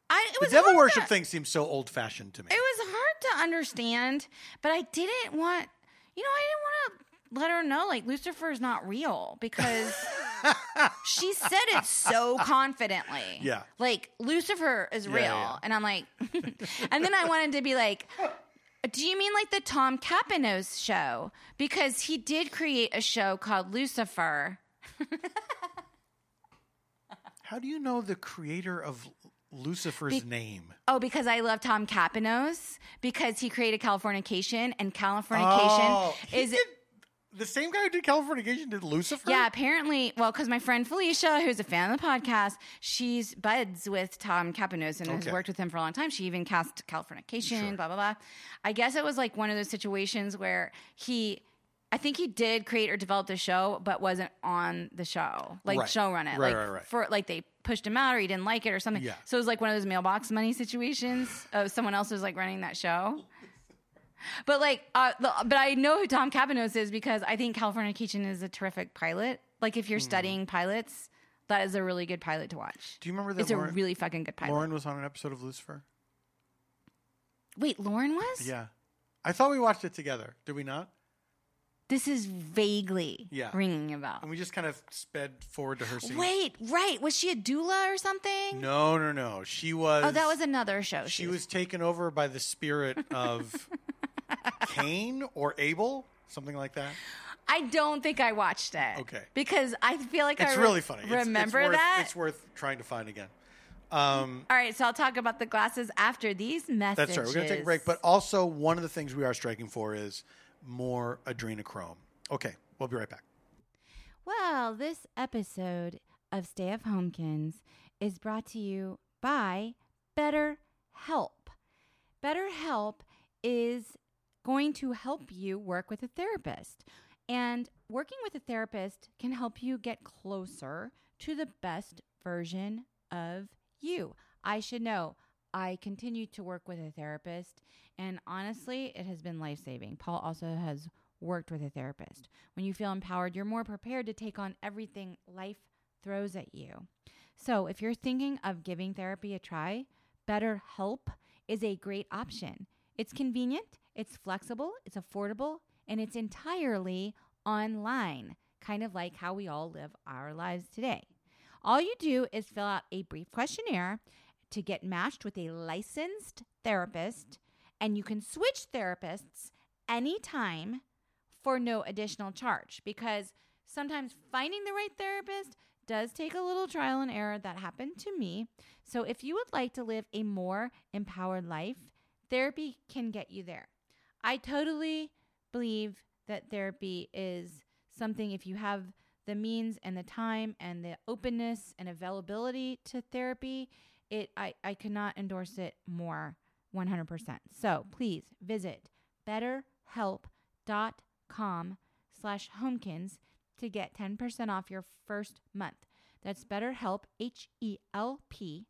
A: I, it
B: The
A: was
B: devil
A: hard
B: worship
A: to-
B: thing seems so old fashioned to me.
A: It was hard to understand, but I didn't want, you know, I didn't want to let her know like Lucifer is not real because she said it so confidently.
B: Yeah.
A: Like Lucifer is
B: Yeah,
A: real.
B: yeah, yeah.
A: And I'm like, and then I wanted to be like, do you mean like the Tom Capanos show? Because he did create a show called Lucifer.
B: How do you know the creator of Lucifer's name?
A: Oh, because I love Tom
B: Oh.
A: Capanos because he created Californication and Californication
B: he
A: is
B: did- The same guy who did Californication did Lucifer.
A: Yeah, apparently, well, because my friend Felicia, who's a fan of the podcast, she's buds with Tom Capanos and has
B: Okay.
A: worked with him for a long time. She even cast Californication, blah blah blah. I guess it was like one of those situations where he, I think he did create or develop the show, but wasn't on the show, like
B: Right.
A: showrun it,
B: Right,
A: like
B: right, right.
A: for like they pushed him out or he didn't like it or something.
B: Yeah.
A: So it was like one of those mailbox money situations. Oh, someone else was like running that show. But like, uh, the, but I know who Tom Cabanos is because I think California Kitchen is a terrific pilot. Like, if you're
B: Hmm.
A: studying pilots, that is a really good pilot to watch.
B: Do you remember that
A: It's
B: Lauren,
A: a really fucking good pilot.
B: Lauren was on an episode of Lucifer?
A: Wait, Lauren was?
B: Yeah. I thought we watched it together. Did we not?
A: This is vaguely
B: Yeah.
A: ringing a bell.
B: And we just kind of sped forward to her scene.
A: Wait, right? Was she a doula or something?
B: No, no, no. She was.
A: Oh, that was another show.
B: She was taken over by the spirit of Cain or Abel, something like that.
A: I don't think I watched it.
B: Okay.
A: Because I feel like I
B: It's
A: re-
B: really funny. It's- it's
A: Remember
B: worth-
A: that?
B: It's worth trying to find again. Um,
A: All right, so I'll talk about the glasses after these messages.
B: that's right. We're going to take a break. But also, one of the things we are striking for is more adrenochrome. Okay. We'll be right back.
A: Well, this episode of Stay of Homekins is brought to you by BetterHelp. BetterHelp is going to help you work with a therapist. And working with a therapist can help you get closer to the best version of you. I should know. I continue to work with a therapist, and honestly, it has been life saving. Paul also has worked with a therapist. When you feel empowered, you're more prepared to take on everything life throws at you. So, if you're thinking of giving therapy a try, BetterHelp is a great option. It's convenient, it's flexible, it's affordable, and it's entirely online, kind of like how we all live our lives today. All you do is fill out a brief questionnaire to get matched with a licensed therapist, and you can switch therapists anytime for no additional charge because sometimes finding the right therapist does take a little trial and error that happened to me. So if you would like to live a more empowered life, therapy can get you there. I totally believe that therapy is something if you have the means and the time and the openness and availability to therapy, it I, I could not endorse it more 100%. So please visit betterhelp.com slash homekins to get 10% off your first month. That's betterhelp, H-E-L-P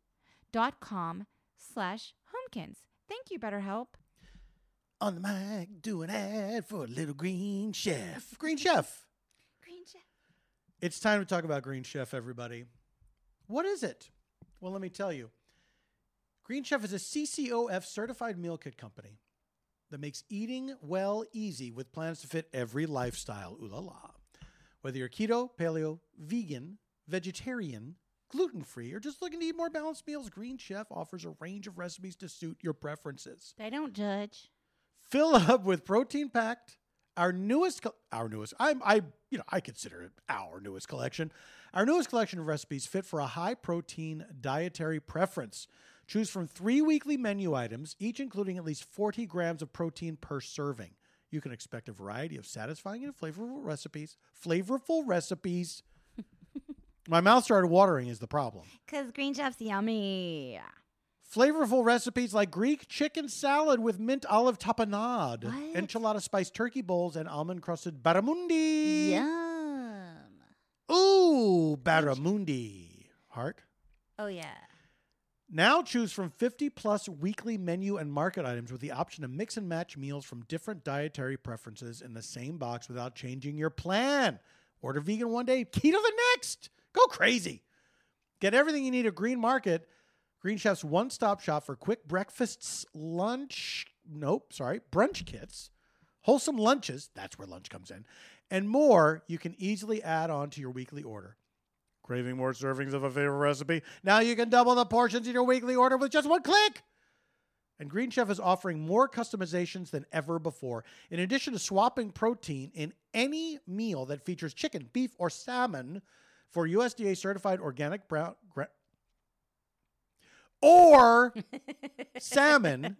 A: dot com slash homekins. Thank you, BetterHelp.
B: On the mic, do an ad for Little Green Chef. Green Chef.
A: Green Chef.
B: It's time to talk about Green Chef, everybody. What is it? Well, let me tell you. Green Chef is a CCOF certified meal kit company that makes eating well easy with plans to fit every lifestyle. Ooh la la. Whether you're keto, paleo, vegan, vegetarian, gluten free, or just looking to eat more balanced meals, Green Chef offers a range of recipes to suit your preferences.
A: They don't judge.
B: Fill up with protein packed. Our newest, co- our newest, I'm, I, you know, I consider it our newest collection. Our newest collection of recipes fit for a high protein dietary preference. Choose from three weekly menu items, each including at least 40 grams of protein per serving. You can expect a variety of satisfying and flavorful recipes. Flavorful recipes. My mouth started watering is the problem.
A: Because Green Chef's yummy.
B: Flavorful recipes like Greek chicken salad with mint olive tapenade,
A: What?
B: enchilada spiced turkey bowls, and almond crusted barramundi.
A: Yum.
B: Ooh, barramundi. Heart.
A: Oh, yeah.
B: Now choose from 50 plus weekly menu and market items with the option to mix and match meals from different dietary preferences in the same box without changing your plan. Order vegan one day, keto the next. Go crazy. Get everything you need at Green Market, Green Chef's one stop shop for quick breakfasts, lunch, nope, sorry, brunch kits, wholesome lunches, that's where lunch comes in, and more you can easily add on to your weekly order. Craving more servings of a favorite recipe? Now you can double the portions in your weekly order with just one click. And Green Chef is offering more customizations than ever before. In addition to swapping protein in any meal that features chicken, beef, or salmon for USDA certified organic brown gra- or salmon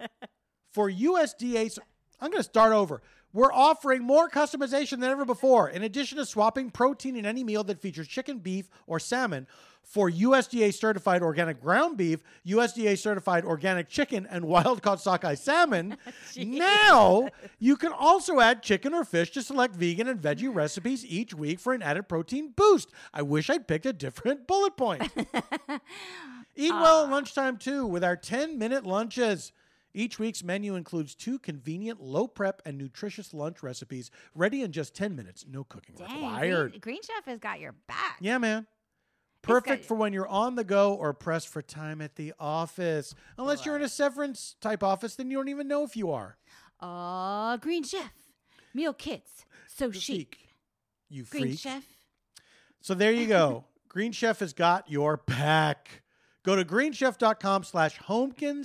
B: for USDA. cer- I'm going to start over. We're offering more customization than ever before. In addition to swapping protein in any meal that features chicken, beef, or salmon for USDA certified organic ground beef, USDA certified organic chicken, and wild caught sockeye salmon, now you can also add chicken or fish to select vegan and veggie recipes each week for an added protein boost. I wish I'd picked a different bullet point. Eat well at lunchtime too with our 10 minute lunches. Each week's menu includes two convenient, low prep, and nutritious lunch recipes ready in just 10 minutes. No cooking
C: Dang,
B: required.
C: Green, Green Chef has got your back.
B: Yeah, man. Perfect
C: got-
B: for when you're on the go or pressed for time at the office. Unless you're in a severance type office, then you don't even know if you are.
C: Oh, Green Chef. Meal kits. So chic.
B: You
C: Green
B: freak.
C: Chef.
B: So there you go. Green Chef has got your back. Go to greenchef.com slash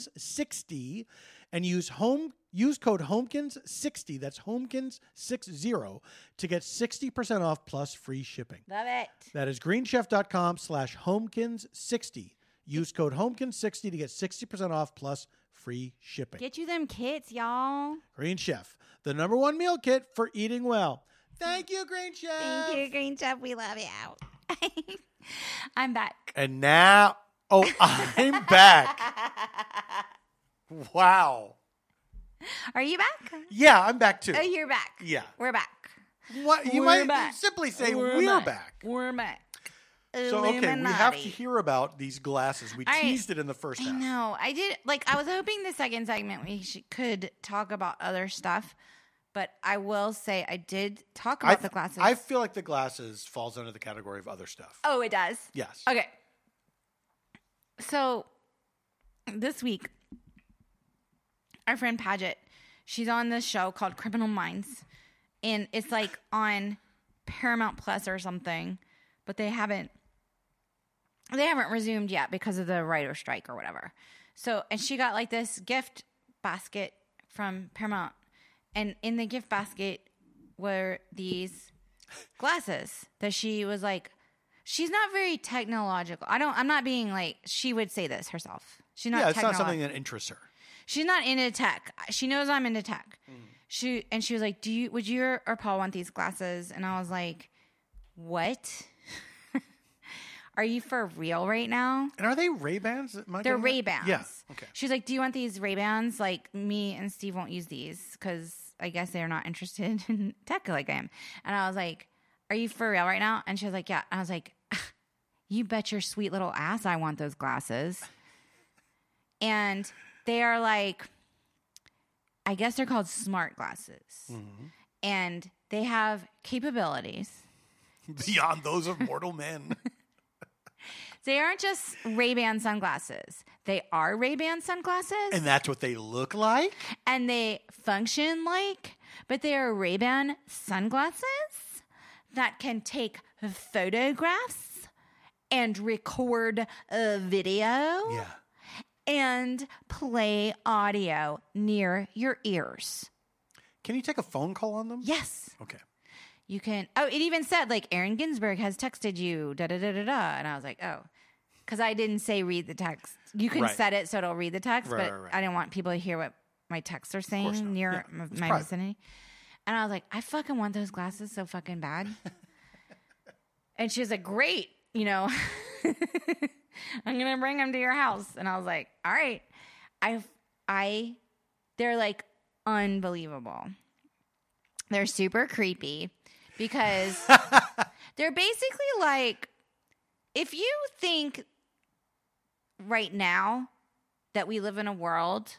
B: homekins60 and use home use code homekins60 that's homekins60 to get 60% off plus free shipping.
C: Love it.
B: That is greenchef.com slash homekins60. Use code homekins60 to get 60% off plus free shipping.
C: Get you them kits, y'all.
B: Green Chef, the number one meal kit for eating well. Thank you, Green Chef.
C: Thank you, Green Chef. We love you.
A: I'm back.
B: And now, oh, I'm back. Wow.
A: Are you back?
B: Yeah, I'm back too.
A: Oh, you're back.
B: Yeah.
A: We're back.
B: What you
A: We're
B: might
A: back.
B: simply say we're, back.
A: We're back.
B: So okay, we have
A: Illuminati.
B: to hear about these glasses. We
A: I-
B: teased it in the first
A: I
B: half.
A: know. I did like I was hoping the second segment we sh- could talk about other stuff, but I will say I did talk about
B: I,
A: the glasses.
B: I feel like the glasses falls under the category of other stuff.
A: oh, it does.
B: Yes.
A: Okay. So this week, our friend Paget, she's on this show called Criminal Minds, and it's like on Paramount Plus or something, but they haven't they haven't resumed yet because of the writer strike or whatever. So and she got like this gift basket from Paramount, and in the gift basket were these glasses that she was like she's not very technological i don't i'm not being like she would say this herself she's not
B: yeah, it's not
A: technolog-
B: something that interests her.
A: she's not into tech she knows i'm into tech she and she was like do you would you or, or paul want these glasses and i was like what are you for real right now
B: And are they Ray Bans?
A: they're Ray Bans.
B: Yeah. Okay.
A: She's like, "Do you want these Ray Bans? Like me and Steve won't use these because I guess they're not interested in tech like I am." And I was like, "Are you for real right now?" And she was like, "Yeah." And I was like, "You bet your sweet little ass I want those glasses." And they are like, I guess they're called smart glasses,
B: Mm-hmm.
A: and they have capabilities.
B: Beyond those of mortal men.
A: They aren't just Ray Ban sunglasses. They are Ray Ban sunglasses.
B: and that's what they look like?
A: and they function like, but they are Ray-Ban sunglasses that can take photographs and record a video
B: Yeah.
A: and play audio near your ears.
B: Can you take a phone call on them?
A: Yes,
B: Okay.
A: you can. Oh, it even said like Aaron Ginsberg has texted you da da da da da, and I was like, oh. Because I didn't say read the text. You can
B: Right.
A: set it so it'll read the text,
B: Right,
A: but
B: right, right.
A: I didn't want people to hear what my texts are saying
B: course not.
A: near m-
B: Yeah, it's
A: my
B: private.
A: vicinity. And I was like, I fucking want those glasses so fucking bad. and she was like, Great, you know, I'm gonna bring them to your house. And I was like, All right, I, I, they're like unbelievable. They're super creepy because they're basically like if you think right now that we live in a world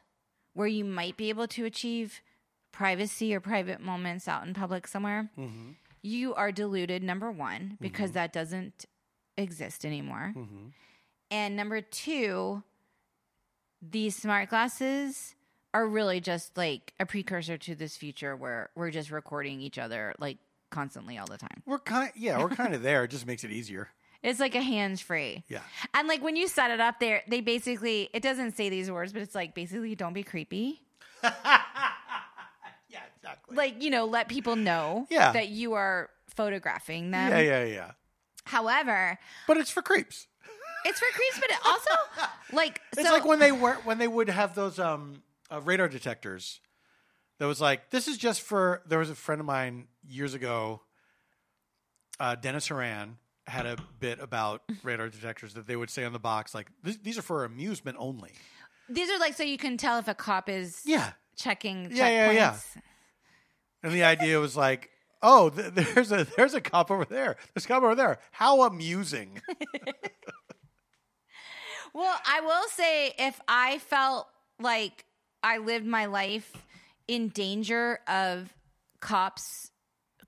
A: where you might be able to achieve privacy or private moments out in public somewhere,
B: Mm-hmm.
A: you are deluded, number one, because that doesn't exist anymore.
B: Mm-hmm.
A: And number two, these smart glasses are really just like a precursor to this future where we're just recording each other like constantly all the time.
B: We're kind yeah, we're kind of there. It just makes it easier.
A: It's like a hands free.
B: Yeah.
A: And like when you set it up there, they basically it doesn't say these words, but it's like basically don't be creepy.
B: yeah, exactly.
A: Like, you know, let people know
B: Yeah.
A: that you are photographing them.
B: yeah, yeah, yeah.
A: However,
B: But it's for creeps.
A: it's for creeps, but it also like
B: It's
A: so
B: like when they were when they would have those um uh, radar detectors that was like, this is just for. There was a friend of mine years ago, uh, Dennis Horan had a bit about radar detectors that they would say on the box like "This- these are for amusement only
A: These are like so you can tell if a cop is
B: yeah
A: checking checkpoints.
B: Yeah, yeah, yeah. and the idea was like oh th- there's a there's a cop over there there's a cop over there how amusing
A: Well, I will say if I felt like I lived my life in danger of cops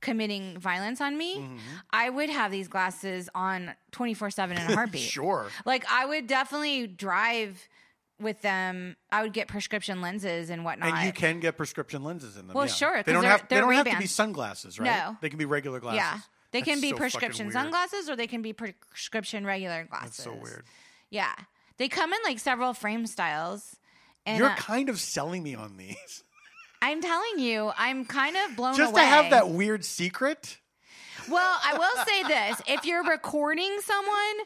A: committing violence on me,
B: Mm-hmm.
A: I would have these glasses on 24/7 in a heartbeat.
B: sure
A: Like I would definitely drive with them. I would get prescription lenses and whatnot.
B: and you can get prescription lenses in them
A: Well,
B: yeah.
A: sure, 'cause
B: they don't
A: they're-
B: have they
A: they're
B: don't have to be
A: Ray-Bans.
B: sunglasses right
A: No.
B: they can be regular glasses
A: yeah. They
B: That's
A: can be
B: so fucking
A: prescription
B: weird.
A: sunglasses or they can be prescription regullar glasses.
B: so weird.
A: Yeah. They come in like several frame styles. And
B: you're
A: uh,
B: kind of selling me on these
A: I'm telling you, I'm kind of blown
B: just
A: away.
B: to have that weird secret
A: Well, I will say this: if you're recording someone,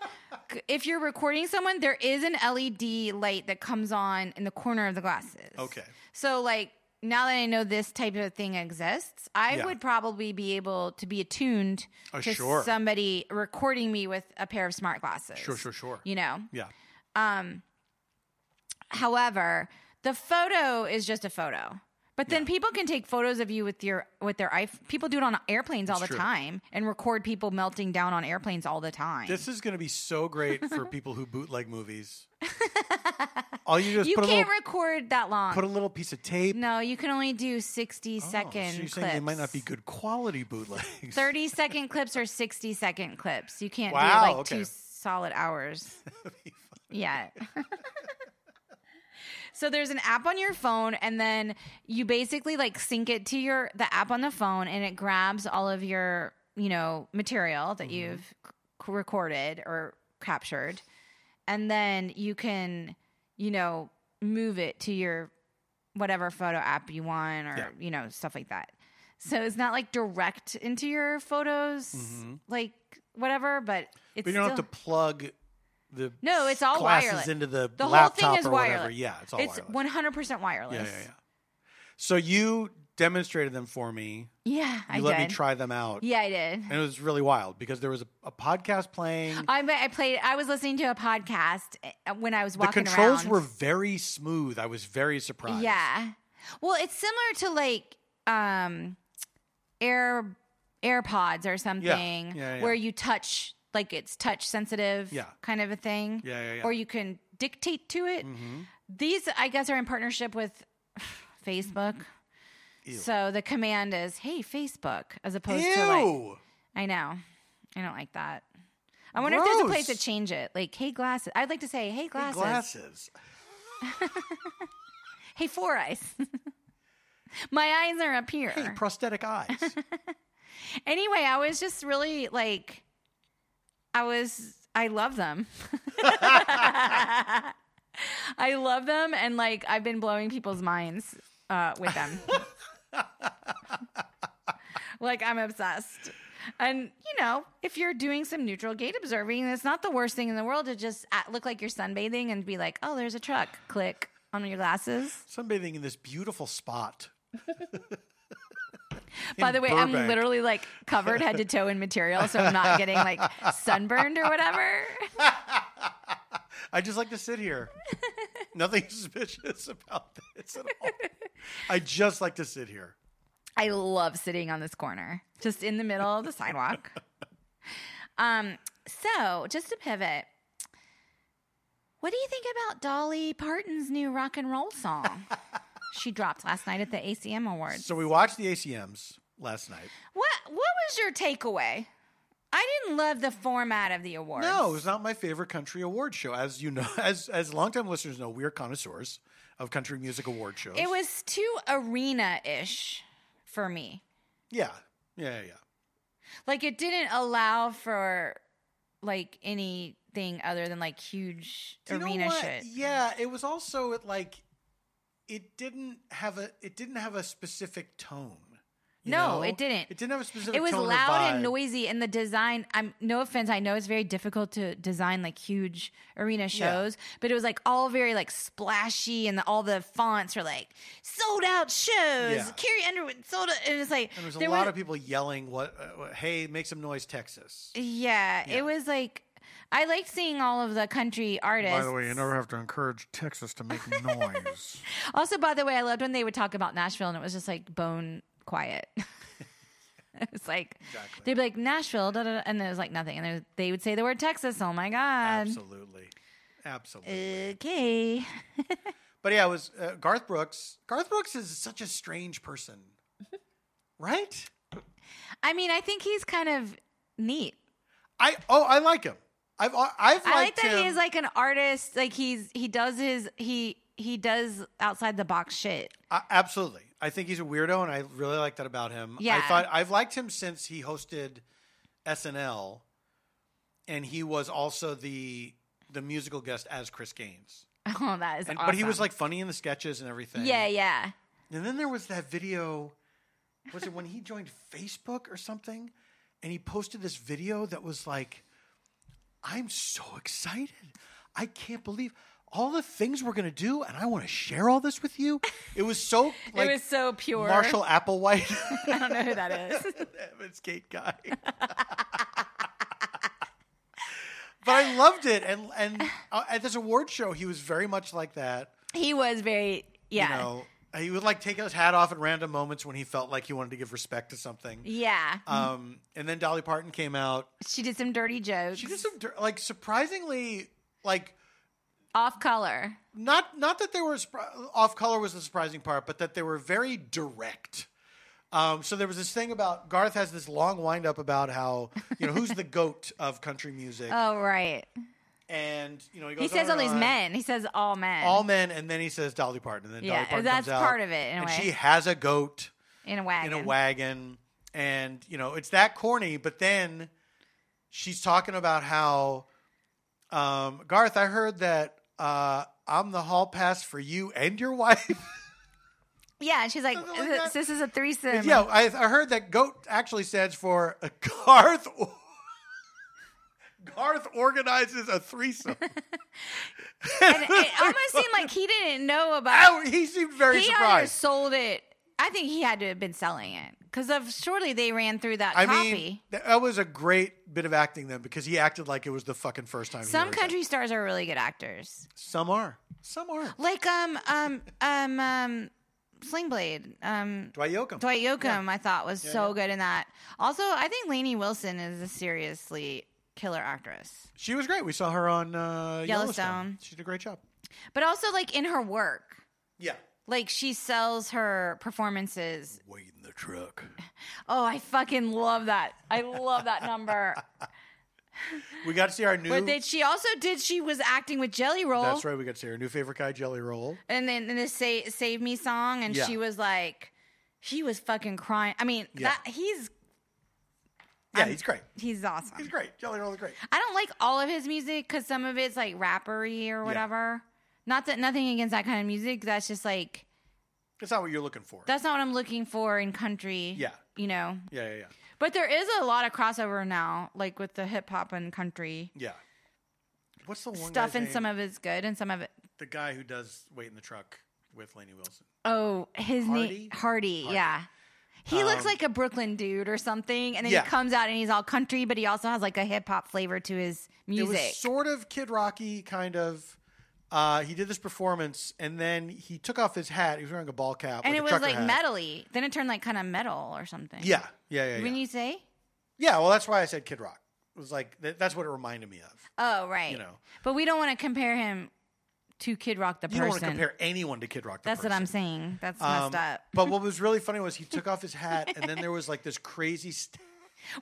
A: if you're recording someone, there is an LED light that comes on in the corner of the glasses.
B: Okay.
A: So, like now that I know this type of thing exists, I
B: Yeah.
A: would probably be able to be attuned
B: Oh,
A: to
B: sure.
A: somebody recording me with a pair of smart glasses.
B: Sure, sure, sure.
A: You know.
B: yeah
A: However, the photo is just a photo. But then people can take photos of you with your with their iPhone. People do it on airplanes all the
B: That's true.
A: time and record people melting down on airplanes all the time.
B: This is going to be so great for people who bootleg movies. All you do is
A: you
B: put,
A: can't
B: a little,
A: record that long.
B: put a little piece of tape.
A: no, you can only do 60
B: Oh,
A: second
B: so you're
A: clips.
B: saying they might not be good quality bootlegs.
A: 30 second clips or 60 second clips. You can't
B: Wow,
A: do like
B: okay.
A: two solid hours. yeah. so there's an app on your phone and then you basically like sync it to your the app on the phone and it grabs all of your, you know, material
B: Mm-hmm.
A: that you've c- recorded or captured and then you can, you know, move it to your whatever photo app you want or
B: Yeah.
A: you know stuff like that. So it's not like direct into your photos, like whatever, but it's
B: Mm-hmm. But you don't
A: still,
B: have to plug the
A: No, it's all
B: glasses
A: wireless.
B: into the,
A: the whole
B: laptop
A: thing is
B: or
A: wireless.
B: whatever. Yeah, it's all
A: it's
B: wireless.
A: one hundred percent wireless.
B: yeah, yeah, yeah. So you demonstrated them for me.
A: Yeah,
B: You
A: I
B: let
A: did.
B: me try them out.
A: Yeah, I did.
B: And it was really wild because there was a, a podcast playing.
A: I ma- I played. I was listening to a podcast uh, when I was
B: the
A: walking
B: controls
A: around.
B: were very smooth. I was very surprised.
A: yeah. Well, it's similar to like um, air AirPods or something,
B: yeah, yeah.
A: where you touch like it's touch sensitive,
B: Yeah.
A: kind of a thing.
B: Yeah, yeah, Mm-hmm. yeah.
A: Or you can dictate to it. These, I guess, are in partnership with Facebook. So the command is, "Hey Facebook," as opposed
B: Ew.
A: to like, I know, I don't like that. I wonder if there's a place to
B: Gross.
A: change it. Like, "Hey glasses," I'd like to say, "Hey glasses," "Hey,
B: Glasses.
A: four eyes." My eyes are up here.
B: Hey, prosthetic eyes.
A: anyway, I was just really like, I was, I love them. I love them, and like I've been blowing people's minds uh, with them. like I'm obsessed. And you know, if you're doing some neutral gate observing, it's not the worst thing in the world to just uh, look like you're sunbathing and be like, "Oh, there's a truck." Click on your glasses.
B: sunbathing in this beautiful spot.
A: By
B: In
A: the way, I'm
B: Burbank.
A: literally like covered head to toe in material, so I'm not getting like sunburned or whatever.
B: I just like to sit here. Nothing suspicious about this at all. I just like to sit here.
A: I love sitting on this corner, just in the middle of the sidewalk. Um, so just to pivot, what do you think about Dolly Parton's new rock and roll song? she dropped last night at the ACM Awards.
B: So we watched the ACMs last night.
A: What what was your takeaway? I didn't love the format of the awards.
B: No, it was not my favorite country award show. As you know, as as longtime listeners know, we are connoisseurs of country music award shows.
A: It was too arena ish for me.
B: yeah, yeah, yeah. yeah.
A: Like it didn't allow for like anything other than like huge
B: Do you know
A: arena
B: what?
A: shit.
B: Yeah, it was also it like it didn't have a it didn't have a specific tone. you
A: No,
B: know?
A: it didn't.
B: It didn't have a specific.
A: It was
B: tone or
A: loud and
B: vibe.
A: noisy, and the design. I'm no offense. I know it's very difficult to design like huge arena shows, but it was like all very like splashy, and the, all the fonts are like sold out shows.
B: Yeah.
A: Carrie Underwood sold out, and it's like
B: And there's a
A: there
B: lot
A: were-
B: of people yelling, "What? Uh, what- hey, make some noise, Texas!"
A: Yeah, it was like I liked seeing all of the country artists.
B: have to encourage Texas to make noise.
A: also, by the way, I loved when they would talk about Nashville, and it was just like bone quiet. it was like
B: Exactly.
A: they'd be like Nashville, da, da, da, and there was like nothing, and there, they would say the word Texas. Oh my god.
B: Absolutely, absolutely.
A: Okay.
B: But yeah, it was uh, Garth Brooks. Garth Brooks is such a strange person, right?
A: I mean, I think he's kind of neat.
B: I oh, I like him. I've uh, I've liked
A: I like that
B: him.
A: he is like an artist. Like he's he does his he he does outside the box shit.
B: Uh, absolutely. I think he's a weirdo, and I really like that about him. I
A: Yeah.
B: thought I've liked him since he hosted SNL, and he was also the the musical guest as Chris Gaines.
A: Oh, that is
B: And,
A: awesome.
B: But he was like funny in the sketches and everything.
A: yeah, yeah.
B: And then there was that video. Was it when he joined Facebook or something? And he posted this video that was like, "I'm so excited! I can't believe." All the things we're gonna do, and I want to share all this with you. It was so like
A: it was so pure.
B: Marshall Applewhite.
A: I don't know who that is.
B: It's Gate guy. but I loved it, and and uh, at this award show, he was very much like that.
A: he was very yeah
B: You know, he would like take his hat off at random moments when he felt like he wanted to give respect to something.
A: yeah.
B: Um, and then Dolly Parton came out.
A: she did some dirty jokes
B: She did some dir- like surprisingly like
A: off color.
B: not not that they were surpri- off color was the surprising part, but that they were very direct. Um, so there was this thing about Garth has this long wind up about how you know who's the goat of country music,
A: Oh right.
B: and you know he, goes
A: He says
B: on
A: all
B: and
A: these
B: on.
A: men. He says all men.
B: all men, and then he says Dolly Parton, and then
A: Yeah,
B: Dolly Parton
A: that's
B: comes out,
A: part of it, in a
B: and
A: way.
B: she has a goat
A: in a wagon.
B: in a wagon, and you know it's that corny, but then she's talking about how um, Garth, I heard that uh, I'm the hall pass for you and your wife.
A: Yeah, and she's like,
B: Something like
A: "This-
B: that.
A: this is a threesome.
B: Yeah, I, I heard that goat actually stands for uh, Garth. Or- Garth organizes a threesome.
A: And it, it almost seemed like he didn't know about.
B: Ow, he seemed very
A: he either
B: surprised.
A: sold it. I think he had to have been selling it because of surely they ran through that
B: I
A: copy.
B: mean, that, that was a great bit of acting then because he acted like it was the fucking first time. he
A: Some
B: heard that.
A: country stars are really good actors,
B: some are, some are.
A: like um um um um Slingblade. Um,
B: Dwight Yoakam.
A: Dwight Yoakam, I thought was so good in that. Also, I think Lainey Wilson is a seriously killer actress,
B: She was great. We saw her on uh, Yellowstone.
A: Yellowstone.
B: She did a great job.
A: but also like in her work,
B: Yeah.
A: like she sells her performances
B: Wait in the truck.
A: Oh, I fucking love that. I love that number.
B: We got to see our new.
A: but then she also did. She was acting with Jelly Roll.
B: that's right. We got to see our new favorite guy, Jelly Roll.
A: And then in the Sa- "Save Me" song, and
B: Yeah.
A: she was like, she was fucking crying. I mean,
B: Yeah.
A: that he's
B: Yeah,
A: I'm-
B: he's great.
A: he's awesome.
B: He's great. Jelly Roll is great.
A: I don't like all of his music because some of it's like rappery or whatever. Not that nothing against that kind of music. That's just like
B: That's not what you're looking for.
A: that's not what I'm looking for in country.
B: Yeah.
A: you know.
B: yeah, yeah, yeah.
A: But there is a lot of crossover now, like with the hip hop and country
B: Yeah. What's the one
A: stuff,
B: guy's
A: and
B: name?
A: some of it's good and some of it
B: the guy who does wait in the truck with Laney Wilson?
A: Oh, his
B: Hardy? Um,
A: name Hardy, yeah. He looks like a Brooklyn dude or something, and then
B: yeah.
A: he comes out and he's all country, but he also has like a hip hop flavor to his music.
B: It was sort of Kid Rocky, kind of. Uh, he did this performance, and then he took off his hat. He was wearing a ball cap,
A: and
B: like
A: it
B: a
A: was
B: trucker
A: like
B: hat.
A: metally. Then it turned like kind of metal or something.
B: Yeah, yeah, yeah, yeah.
A: When you say,
B: yeah. Well, that's why I said Kid Rock. It was like th- that's what it reminded me of.
A: oh right,
B: You know.
A: But we don't want to compare him to Kid Rock the
B: You don't want
A: person.
B: to compare anyone to Kid Rock. The
A: That's what
B: person.
A: I'm saying. That's
B: Um,
A: messed up.
B: but what was really funny was he took off his hat, and then there was like this crazy. St-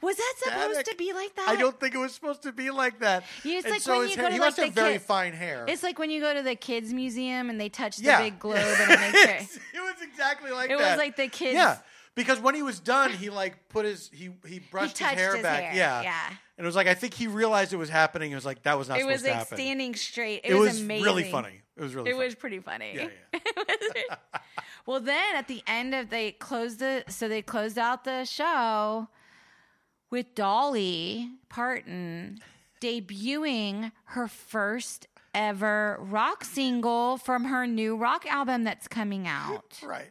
A: Was that supposed
B: static.
A: to be like that?
B: I don't think it was supposed to be like that.
A: Yeah, it's
B: And
A: like
B: so
A: when you
B: his
A: go
B: hair,
A: to,
B: he
A: like,
B: must have
A: the
B: very
A: kid-
B: fine hair.
A: It's like when you go to the kids museum and they touch the
B: Yeah.
A: big globe and it makes their-
B: Yes, it was exactly like
A: It was
B: that.
A: like the kids-
B: Yeah, because when he was done, he like put his he he brushed
A: touched
B: his hair
A: his
B: back.
A: hair,
B: Yeah,
A: yeah.
B: And it was like I think he realized it was happening. It was like that was not
A: It
B: supposed
A: was
B: to
A: like
B: happen.
A: standing straight. It,
B: it was
A: amazing.
B: really funny. It was really
A: It
B: funny.
A: was pretty funny.
B: Yeah, yeah.
A: Well, then at the end of they closed the so they closed out the show with Dolly Parton debuting her first ever rock single from her new rock album that's coming out.
B: Right.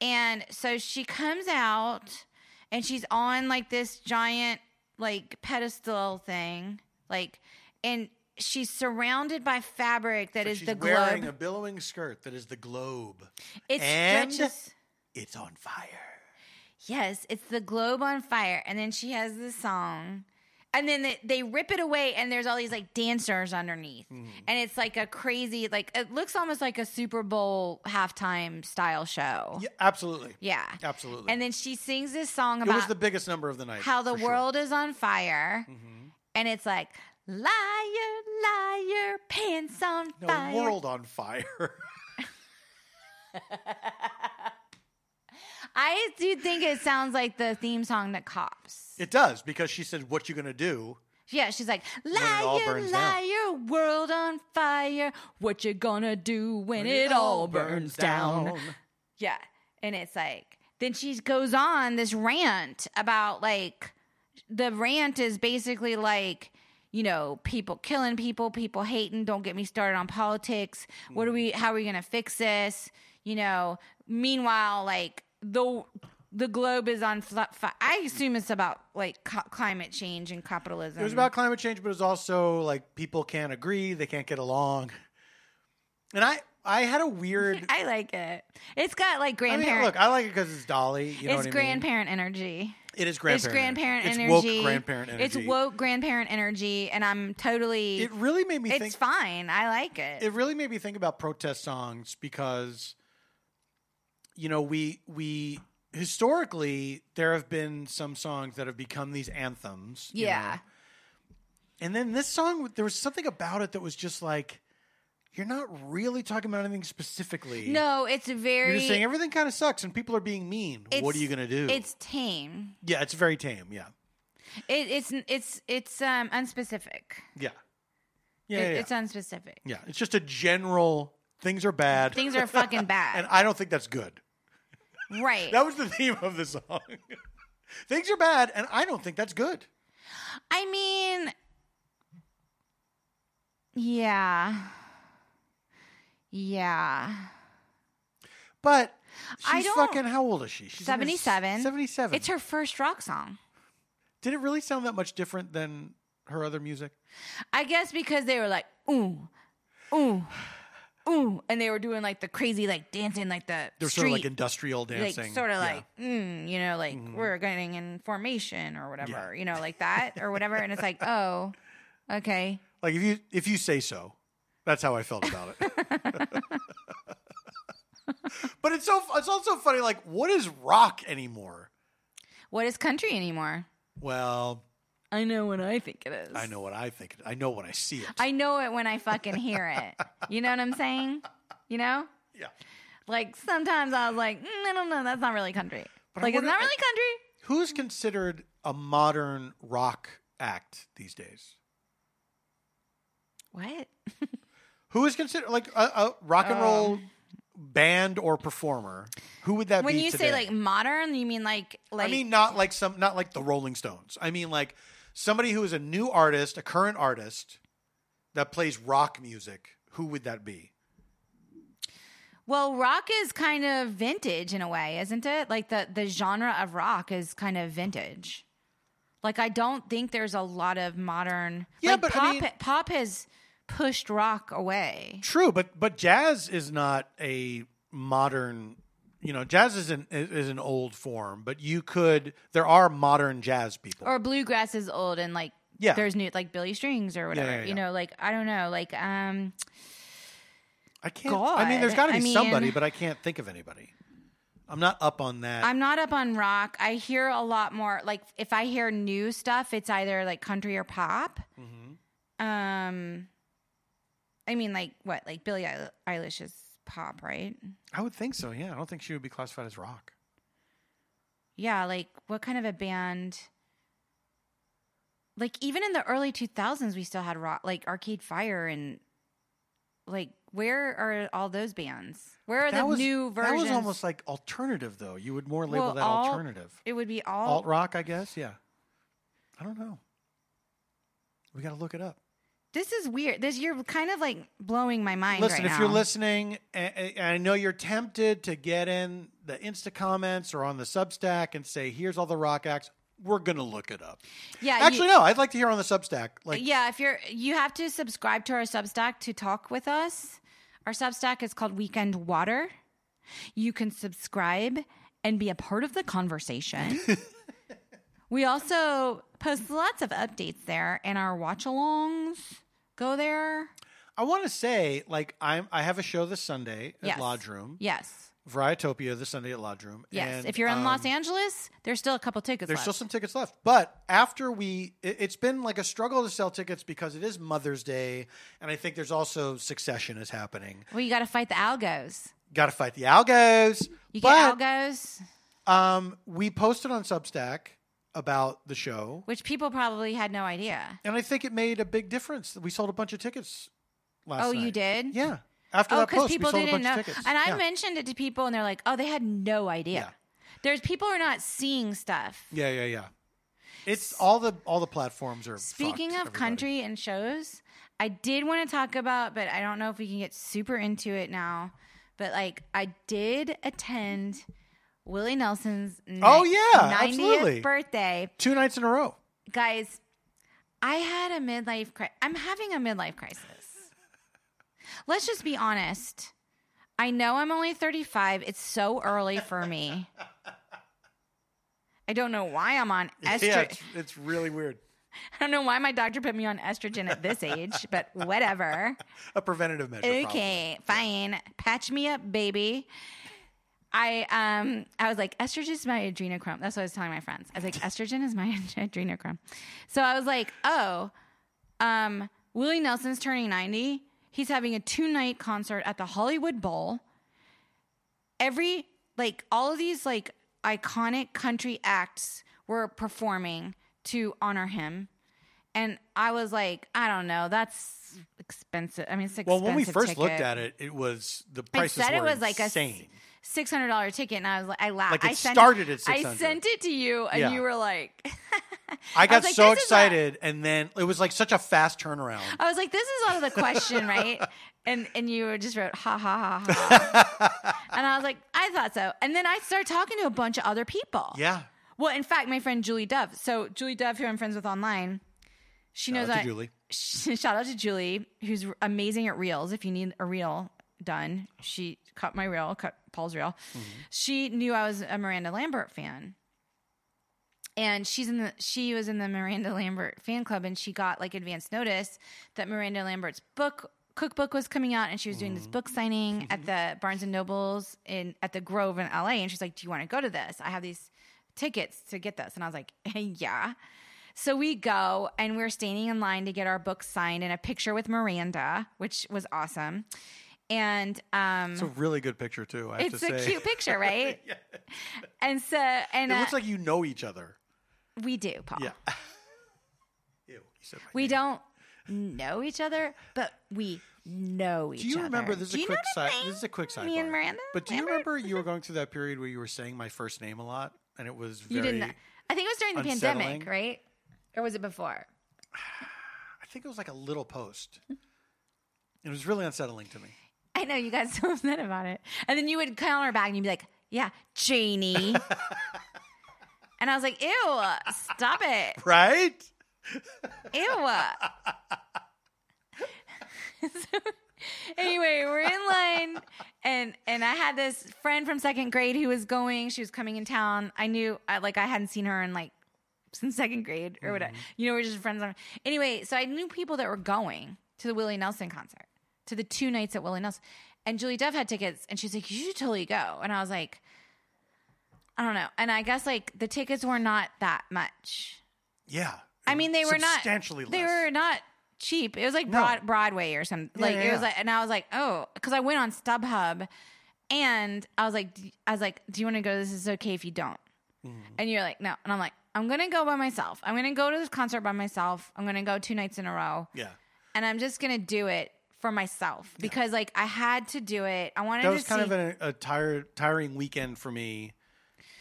A: And so she comes out and she's on like this giant like pedestal thing, like and she's surrounded by fabric that
B: But
A: is
B: she's
A: the
B: wearing
A: globe.
B: a billowing skirt that is the globe.
A: it
B: and-
A: stretches.
B: It's on fire.
A: Yes, it's the globe on fire. And then she has the song. And then they, they rip it away, and there's all these like dancers underneath.
B: Mm-hmm.
A: And it's like a crazy, like, it looks almost like a Super Bowl halftime style show.
B: Yeah, absolutely.
A: Yeah.
B: Absolutely.
A: And then she sings this song
B: it was
A: about
B: the biggest number of the night.
A: how the
B: for sure. Mm-hmm.
A: world is on fire. And it's like, liar, liar, pants on
B: No,
A: fire.
B: world on fire.
A: I do think it sounds like the theme song to Cops.
B: it does because she said, "What you gonna do?"
A: Yeah, she's like,
B: it all
A: liar,
B: burns down."
A: liar, world on fire. What you gonna do when, it, all burns down. Yeah. And it's like, then she goes on this rant about like, the rant is basically like, you know, people killing people, people hating, don't get me started on politics. What are we,
B: Mm.
A: how are we gonna fix this? You know, meanwhile, like, the, the globe is on fl- fi- I assume it's about like co- climate change and capitalism.
B: It was about climate change, but it was also like people can't agree, they can't get along. And I, I had a weird.
A: I like it. It's got like
B: I
A: grandparent.
B: mean, look, I like it because it's Dolly. You know
A: it's
B: what I mean?
A: grandparent energy.
B: It is
A: It's
B: grandparent.
A: grandparent
B: energy.
A: energy.
B: It's woke grandparent energy.
A: It's woke grandparent energy, and I'm totally.
B: It really made me
A: it's
B: think.
A: fine. I like it.
B: it really made me think about protest songs because you know we we historically there have been some songs that have become these anthems you know.
A: yeah.
B: and then this song there was something about it that was just like you're not really talking about anything specifically
A: No, it's
B: you're
A: very.
B: just saying everything kind of sucks and people are being mean what are
A: It's-
B: you gonna do
A: It's tame.
B: yeah it's very tame yeah
A: It, it's it's it's um unspecific.
B: yeah yeah
A: It-
B: yeah,
A: It's
B: yeah.
A: unspecific.
B: yeah it's just a general things are bad
A: Things are fucking
B: and
A: bad.
B: i don't think that's good
A: right.
B: That was the theme of the song. Things are bad, and I don't think that's good.
A: I mean, yeah, yeah.
B: But
A: I
B: she's
A: don't-
B: fucking how old is she? She's in her s-
A: 77.
B: 77.
A: It's her first rock song.
B: Did it really sound that much different than her other music?
A: I guess because they were like, ooh, ooh, ooh, and they were doing like the crazy, like dancing, like the
B: They're
A: street,
B: sort of like industrial
A: like,
B: dancing.
A: sort of
B: Yeah. Mm-hmm.
A: like, mm, you know, like we're getting in formation or whatever,
B: Yeah.
A: you know, like that or whatever. And it's like, oh, okay,
B: like if you if you say so. That's how I felt about it. but it's so it's also funny. Like, what is rock anymore?
A: what is country anymore?
B: Well,
A: I know what I think it is.
B: I know what I think. I know when I see it.
A: I know it when I fucking hear it. You know what I'm saying? You know,
B: yeah.
A: like sometimes I was like, mm, I don't know, that's not really country.
B: But I
A: like it's
B: wonder-
A: not
B: I-
A: really country.
B: Who's considered a modern rock act these days?
A: What?
B: Who is considered like a, a rock and
A: Oh.
B: roll band or performer? Who would that
A: When
B: be?
A: you
B: today?
A: say like modern, you mean like like
B: I mean, not like some, not like the Rolling Stones. I mean, like somebody who is a new artist, a current artist that plays rock music. Who would that be?
A: Well, rock is kind of vintage in a way, isn't it? Like the the genre of rock is kind of vintage. Like I don't think there's a lot of modern.
B: Yeah,
A: like,
B: but I
A: pop
B: mean-
A: pop has pushed rock away.
B: True, but but jazz is not a modern. You know, jazz is an is is an old form, but you could. There are modern jazz people.
A: Or bluegrass is old and like
B: Yeah.
A: there's new like Billy Strings or whatever.
B: yeah, yeah.
A: You know, like I don't know, like um
B: I can't. I mean, there's
A: God,
B: got to be
A: I mean-
B: somebody, but I can't think of anybody. I'm not up on that.
A: I'm not up on rock. I hear a lot more like if I hear new stuff, it's either like country or pop.
B: Mm-hmm.
A: Um, I mean, like what? Like Billie Eil- Eilish is pop, right?
B: I would think so. Yeah, I don't think she would be classified as rock.
A: Yeah. Like what kind of a band? Like even in the early 2000s, we still had rock, like Arcade Fire and like Where are all those bands? Where are the new versions?
B: That was almost like alternative, though. You would more label
A: Well,
B: that
A: all-
B: alternative.
A: It would be all.
B: Alt rock, I guess. Yeah. I don't know. We got to look it up.
A: this is weird. This you're kind of like blowing my mind.
B: Listen,
A: right
B: if you're
A: now.
B: listening, and, and I know you're tempted to get in the Insta comments or on the Substack and say, "Here's all the rock acts." We're gonna look it up.
A: yeah, you-
B: Actually, no. I'd like to hear on the Substack. Like,
A: yeah. If you're, you have to subscribe to our Substack to talk with us. Our Substack is called Weekend Water. You can subscribe and be a part of the conversation. we also post lots of updates there and our watch alongs. Go there.
B: I want to say, like, I'm. I have a show this Sunday at
A: Yes.
B: Lodge Roum.
A: Yes.
B: Varietopia this Sunday at Lodge Room.
A: Yes.
B: And,
A: if you're in
B: um,
A: Los Angeles, there's still a couple tickets
B: there's
A: left.
B: still some tickets left. But after we, it, it's been like a struggle to sell tickets because it is Mother's Day, and I think there's also Succession is happening.
A: well, you got to fight the algos.
B: Got to fight the algos.
A: You
B: but
A: get algos,
B: um, we posted on Substack about the show,
A: which people probably had no idea.
B: and I think it made a big difference. We sold a bunch of tickets last.
A: oh, you
B: night.
A: did?
B: Yeah. After
A: Oh,
B: that
A: because
B: post,
A: people
B: we sold a
A: didn't
B: bunch
A: know.
B: of tickets.
A: And I
B: yeah.
A: mentioned it to people, and they're like, "Oh, they had no idea."
B: Yeah.
A: There's people are not seeing stuff.
B: yeah, yeah, yeah. It's all the all the platforms are.
A: Speaking of
B: fucked, everybody.
A: country and shows, I did want to talk about, but I don't know if we can get super into it now. But like, I did attend Willie Nelson's ni-
B: Oh, yeah,
A: 90th
B: absolutely.
A: birthday.
B: two nights in a row.
A: guys i had a midlife crisis i'm having a midlife crisis let's just be honest i know i'm only 35 it's so early for me i don't know why i'm on estrogen
B: Yeah, it's, it's really weird.
A: i don't know why my doctor put me on estrogen at this age but whatever
B: A preventative measure. probably.
A: Okay, fine. Patch me up, baby. I um I was like estrogen is my adrenochrome. That's what I was telling my friends. I was like estrogen is my adrenochrome. So I was like, oh, um, Willie Nelson's turning ninety. He's having a two night concert at the Hollywood Bowl. Every like all of these like iconic country acts were performing to honor him. And I was like, I don't know, that's expensive. I mean, it's an
B: Well, when we
A: expensive
B: first looked
A: ticket.
B: at it, it was the
A: I
B: prices
A: said it
B: were
A: was like
B: insane.
A: a six hundred dollar ticket, and I was like, I laughed.
B: Like, it
A: I sent,
B: started at
A: I
B: $600.
A: sent it to you, and
B: Yeah.
A: you were like,
B: I got
A: was like,
B: so
A: "This is a-"
B: excited, and then it was like such a fast turnaround.
A: I was like, this is out of the question, right? And and you were just wrote ha ha ha ha, and I was like, I thought so. And then I started talking to a bunch of other people.
B: Yeah,
A: Well, in fact, my friend Julie Dove. So Julie Dove, who I'm friends with online, she
B: Shout
A: knows
B: out to
A: I-
B: Julie.
A: shout out to Julie, who's amazing at reels. If you need a reel done, she cut my reel, cut Paul's reel.
B: Mm-hmm.
A: She knew I was a Miranda Lambert fan. And she's in the she was in the Miranda Lambert fan club and she got like advance notice that Miranda Lambert's book cookbook was coming out and she was doing this
B: Mm-hmm.
A: book signing at the Barnes and Nobles in at the Grove in LA and she's like, "Do you want to go to this? I have these tickets to get this." And I was like, "Yeah." So we go and we're standing in line to get our book signed and a picture with Miranda, which was awesome. And um,
B: it's a really good picture too. I have
A: it's
B: to
A: a
B: say,
A: cute picture, right? And so, and
B: it
A: uh,
B: looks like you know each other.
A: we do, Paul.
B: Yeah. Ew, you said my
A: We
B: name.
A: don't know each other, but we know each other.
B: Do you remember? This is
A: Do
B: a
A: you know
B: quick
A: that
B: side. This is a quick
A: thing?
B: side.
A: Me and Miranda.
B: But do you
A: Lambert?
B: remember you were going through that period where you were saying my first name a lot, and it was
A: You
B: very.
A: didn't. I think it was during the
B: unsettling?
A: pandemic, right? Or was it before?
B: I think it was like a little post. It was really unsettling to me.
A: I know you got so upset about it. And then you would counter back and you'd be like, yeah, Janie. and I was like, ew, stop it.
B: Right?
A: Ew. anyway, we're in line and and I had this friend from second grade who was going, she was coming in town. I knew I like I hadn't seen her in like since second grade or whatever. You know, we're just friends on anyway, so I knew people that were going to the Willie Nelson concert, to the two nights at Willie Nelson. And Julie Dove had tickets and she's like, You should totally go. And I was like, I don't know. And I guess like the tickets were not that much.
B: Yeah.
A: I mean, they were not
B: substantially less.
A: They were not cheap. It was like
B: No.
A: broad, Broadway or something.
B: Yeah,
A: like
B: yeah,
A: it was
B: yeah.
A: like, and I was like, oh, because I went on StubHub, and I was like, d- I was like, do you want to go? This is okay if you don't.
B: Mm-hmm.
A: And you're like, no. And I'm like, I'm gonna go by myself. I'm gonna go to this concert by myself. I'm gonna go two nights in a row,
B: Yeah.
A: and I'm just gonna do it for myself because like I had to do it. I wanted
B: that was
A: to
B: kind
A: see,
B: of a, a tire, tiring weekend for me,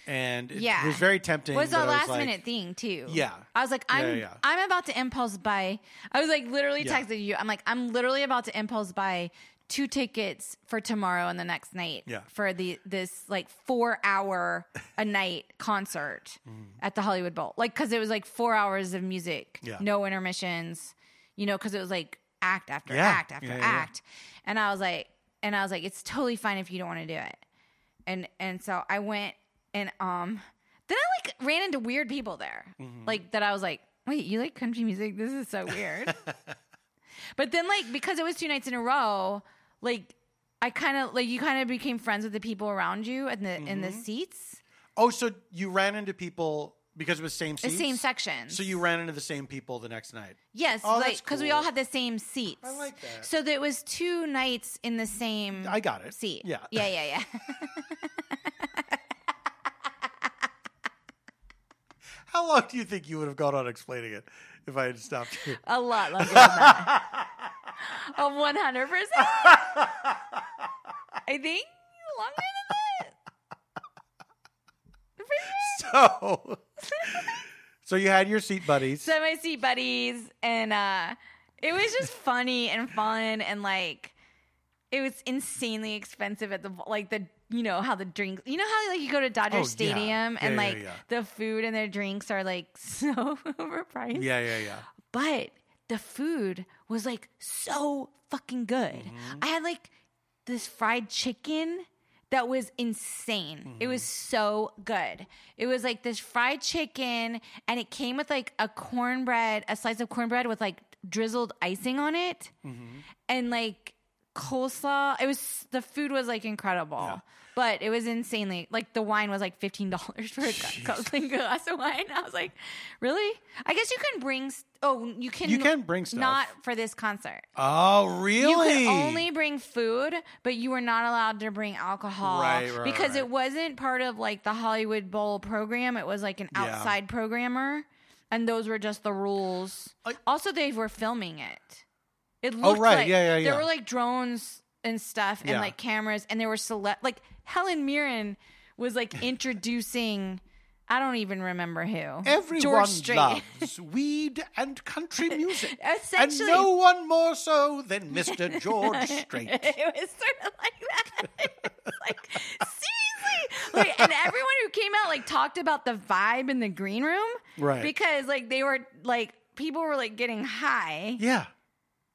B: and it
A: Yeah.
B: was very tempting.
A: was a
B: but I
A: last
B: like,
A: minute thing too.
B: Yeah.
A: I was like,
B: Yeah,
A: I'm
B: yeah, yeah.
A: I'm about to impulse buy. I was like literally
B: Yeah.
A: texted you. I'm like, I'm literally about to impulse buy two tickets for tomorrow and the next night
B: Yeah.
A: for the this like four hour a night concert
B: Mm.
A: at the Hollywood Bowl. Like because it was like four hours of music,
B: Yeah.
A: no intermissions. You know, because it was like act after
B: Yeah.
A: act after
B: Yeah, yeah, yeah.
A: act, and I was like, and I was like, it's totally fine if you don't want to do it and and so I went and um then I like ran into weird people there.
B: Mm-hmm.
A: Like that I was like, "Wait, you like country music? This is so weird." but then like because it was two nights in a row, like I kind of like you kind of became friends with the people around you and the in
B: Mm-hmm.
A: the seats,
B: Oh, so you ran into people because it was same
A: the
B: seats?
A: same section.
B: So you ran into the same people the next night.
A: yes,
B: Oh,
A: like
B: that's
A: cuz we
B: cool.
A: all had the same seats.
B: I like that.
A: So there was two nights in the same
B: I got it.
A: seat.
B: Yeah.
A: Yeah, yeah, yeah.
B: How long do you think you would have gone on explaining it if I had stopped you?
A: A lot longer than that. A 100%. I think longer than that.
B: So, so you had your seat buddies.
A: So my seat buddies and uh it was just funny and fun and like it was insanely expensive at the like the you know how the drinks you know how like you go to Dodger
B: Oh, yeah.
A: Stadium
B: Yeah,
A: and
B: yeah,
A: like
B: yeah.
A: the food and their drinks are like so overpriced.
B: yeah, yeah, yeah.
A: but the food was like so fucking good. I had like this fried chicken that was insane. It was so good. It was like this fried chicken and it came with like a cornbread, a slice of cornbread with like drizzled icing on it and like coleslaw. It was the food was like incredible. But it was insanely like the wine was like fifteen dollars for a gla- glass of wine. I was like, really? I guess you can bring. s- Oh, you can.
B: You can bring stuff.
A: Not for this concert.
B: Oh, really?
A: You could only bring food, but you were not allowed to bring alcohol
B: Right, right,
A: because
B: right.
A: it wasn't part of like the Hollywood Bowl program. It was like an
B: Yeah.
A: outside programmer, and those were just the rules.
B: I- Oh,
A: also, they were filming it. It looked
B: right.
A: like
B: Yeah, yeah,
A: there
B: yeah.
A: were like drones and stuff and
B: Yeah.
A: like cameras, and there were select like Helen Mirren was like introducing. I don't even remember who.
B: Everyone
A: George Strait.
B: loves weed and country music. and
A: Essentially.
B: no one more so than Mr. George Strait.
A: it was sort of like that. It's like seriously, like, and everyone who came out like talked about the vibe in the green room,
B: Right.
A: Because like they were like people were like getting high
B: Yeah.